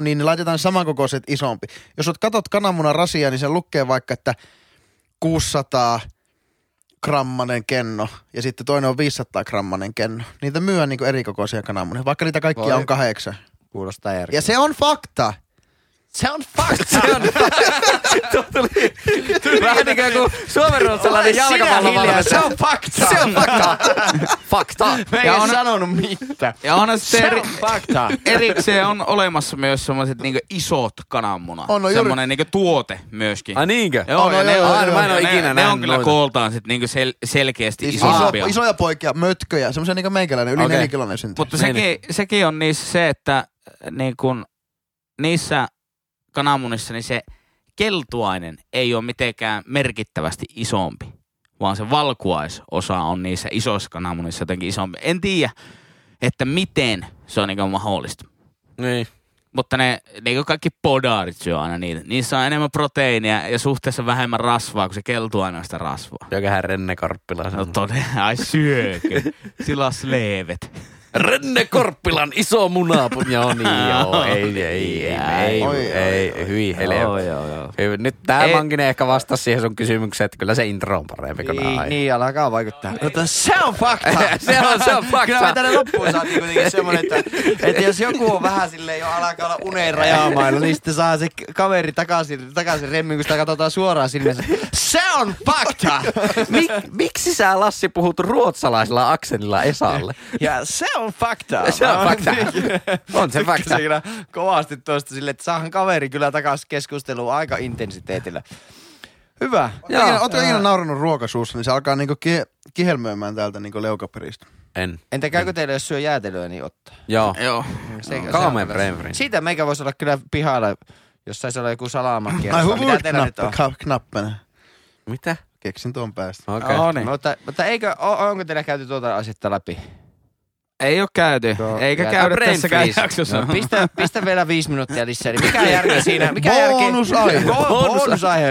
niin ne laitetaan samankokoiset isompi. Jos oot katot kananmunan rasia, niin se lukee vaikka, että 600 grammanen kenno ja sitten toinen on 500 grammanen kenno. Niitä myyä niin eri kokoisia kananmunia, vaikka niitä kaikkia Voi. on kahdeksan. Kuulostaa Ja järkeä. se on fakta. Se on fakta. Se on fakta. Tuo tuli vähän niin kuin suomenruotsalainen Ole sinä jalkapallovalmentaja. hiljaa, se on fakta. Se on fakta. Fakta. Mä en Ja ole on sanonut mitään. Ja onhan sitten Se eri, on fakta. erikseen on olemassa myös semmoiset niinku isot kananmunat. On, no juuri- Semmoinen niinku tuote myöskin. Ai niinkö? Joo, On, ja on, ne, joo, on- joo, mä en oo ne- ikinä ne nähnyt on kyllä noita. kooltaan sit niinku sel, selkeästi Siis isompia. iso, isoja poikia, mötköjä, semmoisia niin kuin meikäläinen, yli Okei. okay. nelikiloinen syntyy. Mutta Niin, sekin, sekin on niissä se, että äh, niin kun, niissä kananmunissa niin se keltuainen ei ole mitenkään merkittävästi isompi, vaan se valkuaisosa on niissä isoissa kananmunissa jotenkin isompi. En tiedä, että miten se on niin mahdollista. Niin. Mutta ne, niin kuin kaikki podaarit syö aina niitä. Niissä on enemmän proteiinia ja suhteessa vähemmän rasvaa, kun se keltuainen on sitä rasvaa. Jokähän Renne Korppila No sanoo. todella, ai syökö. Sillä on sleevet. Renne Korppilan iso munapu. Joo niin, joo. Ei, ei, ei, ei, Oi, ei, oi, ei hyi helvetti. joo, joo. Hyvä. Nyt tämä Ei. Mankinen ehkä vastasi siihen sun kysymykseen, että kyllä se intro on parempi kuin nää Niin, aiemmat. niin, alkaa vaikuttaa. Mutta se on fakta. Se on- se on fakta. Kyllä me tänne loppuun saatiin kuitenkin semmoinen, että, että jos joku on vähän silleen jo alkaa olla uneen rajaamailla, niin sitten saa se kaveri takaisin, takaisin remmiin, kun sitä katsotaan suoraan silmässä. Se on fakta. Mik, miksi sä Lassi puhut ruotsalaisella akselilla Esalle? Ja se on fakta. Se on fakta. On se fakta. Tykkäsin kyllä kovasti tuosta silleen, että saahan kaveri kyllä takaisin keskusteluun aika intensiteetillä. Hyvä. Joo. Joo. Oletko ikinä naurannut ruokasuussa, niin se alkaa niinku ki- kihelmöimään täältä niinku leukaperistä. En. Entä käykö teille, jos syö jäätelöä, niin ottaa? Joo. Joo. Se, se Kaameen on kyllä- Bremrin. Niin. Siitä meikä voisi olla kyllä pihalla, jos saisi olla joku salaamakki. Mitä teillä nyt on? knappena. Mitä? Keksin tuon päästä. Okei. Joo, niin. Mutta, mutta eikö, o- onko teillä käyty tuota asetta läpi? Ei ole käyty, Joo. eikä Ja- käydä No, Brain tässäkään freeze. jaksossa. No, pistä, pistä vielä viisi minuuttia lisää, niin mikä järki siinä? Mikä Bonusaihe. järki? Bo- Bonusaihe.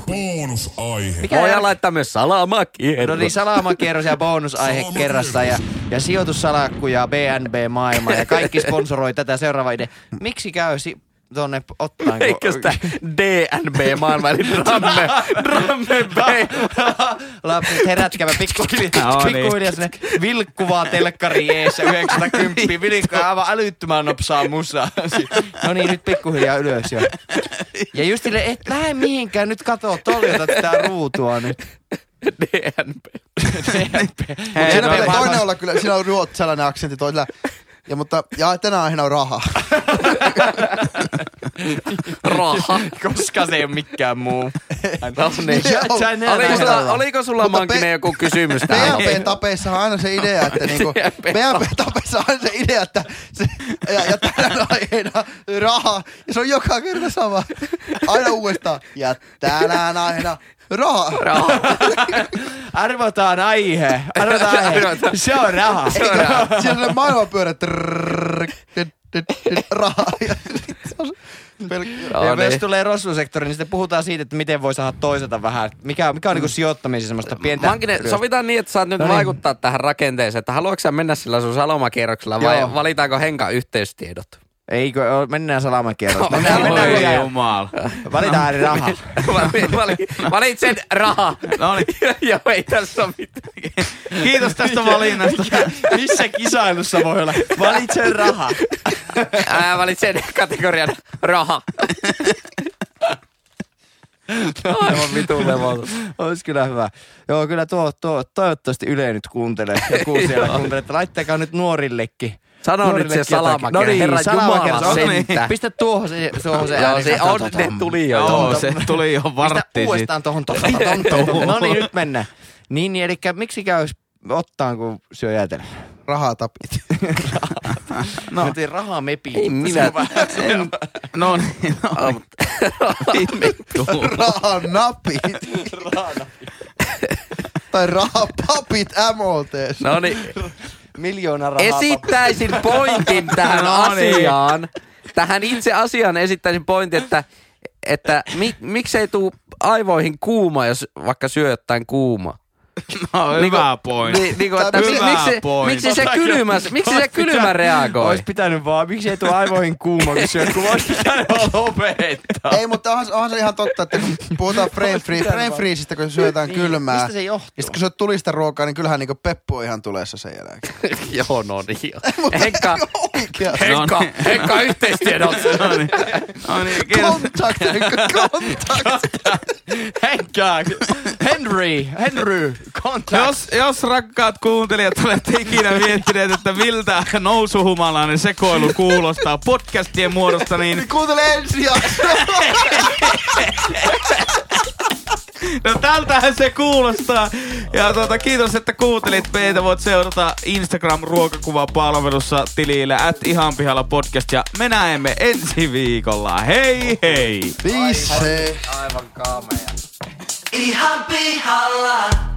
bonusaihe. Mikä Voidaan järki? laittaa myös salamaa No niin, kierros. salaamakierros ja bonusaihe Salaamakierros. kerrassa ja, ja sijoitussalakku ja BNB-maailma ja kaikki sponsoroi tätä seuraava idea. Miksi käy si- tuonne ottaanko? Eikö sitä DNB-maailma, eli Dramme, Dramme B. Lapset, herätkää mä pikkuhiljaa No niin. pikkuhiljaa sinne vilkkuvaa telkkari eessä 910, vilkkaa aivan älyttömän nopsaa musaa. No niin, nyt pikkuhiljaa ylös jo. Ja just sille, et lähde mihinkään nyt katoo toljota tätä ruutua nyt. DNB. Hei, Siinä no, pitää mä- toinen olla kyllä, siinä on ruotsalainen aksentti toisella. Ja mutta, ja tänä aiheena on raha. Raha. Koska se ei ole mikään muu. No niin. Oliko sulla, oliko sulla Mutta Mankinen pe- joku kysymys tähän? PHP-tapeissa on aina se idea, että niinku, PHP-tapeissa on aina se idea, että se, ja, ja tänä aiheena raha. Ja se on joka kerta sama. Aina uudestaan. Ja tänään aiheena raha. Raha. Arvotaan aihe. Arvotaan aihe. Se on raha. Eikä, siellä on maailmanpyörä. Trrrr, tyt, tyt, tyt, Raha. Ja sit se on se pelkkä- Joo, Ja jos niin. tulee rossusektori, niin sitten puhutaan siitä, että miten voi saada toiselta vähän. Mikä, mikä on niinku sijoittamisen semmoista pientä... Mankinen, sovitaan niin, että saat nyt vaikuttaa tähän rakenteeseen, että haluatko sä mennä sillä sun salomakierroksella vai Joo. valitaanko Henkan yhteystiedot? Eikö, oo- mennään salamakierros. Mennään, Oi mennään Voi yli. no, jumala. Valitaan ääni raha. Vali- vali- Valitset raha. No niin. Joo, ei tässä ole mitään. Kiitos tästä valinnasta. Missä kisailussa voi olla? Valitse raha. Ää, valitsen kategorian raha. Aivan vitun levolta. Olisi kyllä hyvä. Joo, kyllä tuo, tuo toivottavasti Yle nyt kuuntelee. Joku siellä kuuntelee, että laittakaa nyt nuorillekin. Sano nyt se Nuorillekin salamakerran. jotakin. No niin, Herran salamakerran. Jumala No niin. sentään. Pistä tuohon se, tuohon se Joo, ääni. se on, ne tuli jo. Joo, se tuli jo Pistä vartti sit. uudestaan tuohon tuohon. No niin, nyt mennään. Niin, niin eli miksi käy ottaan, kun syö jäätelöä? Rahatapit. No. Mä tein rahaa mepiin. Ei minä- En... No niin, no niin. Vittu. Rahanapit. tai rahapapit MOTS. No niin, Miljoona rahaa. esittäisin pointin tähän No niin. asiaan. Tähän itse asiaan esittäisin pointin, että, että mi, miksei tuu aivoihin kuuma, jos vaikka syö jotain kuumaa. No, Niinku- hyvä pointti. Niin, niin kuin, että mi, Hyvä miksi, pointti. miksi se kylmä, miksi se kylmä reagoi? Ois pitänyt vaan, miksi ei tule aivoihin kuuma, kun syö, kun ois pitänyt vaan lopettaa. Ei, mutta onhan, onhan se ihan totta, että kun puhutaan frame, free, frame freezeistä, kun syötään kylmää. Mistä se johtuu? Ja sit kun syöt tulista ruokaa, niin kyllähän niinku peppu on ihan tulessa sen jälkeen. Joo, no niin. joo. Henkka, Oikea. Henkka, No niin. Henkka yhteistiedot. No niin, no niin, kiitos. Kontakti, kontakti. Henkää! Henry! Henry! Contact! Jos, jos rakkaat kuuntelijat olette ikinä miettineet, että miltä nousuhumalainen sekoilu kuulostaa podcastien muodossa, niin Niin kuuntele ensi jaksoa. no tältähän se kuulostaa. Ja tuota, kiitos, että kuuntelit meitä. Voit seurata Instagram-ruokakuvapalvelussa tilillä at ihan pihalla podcast. Ja me näemme ensi viikolla. Hei hei! Peace. Aivan kaamea. ihan pihalla.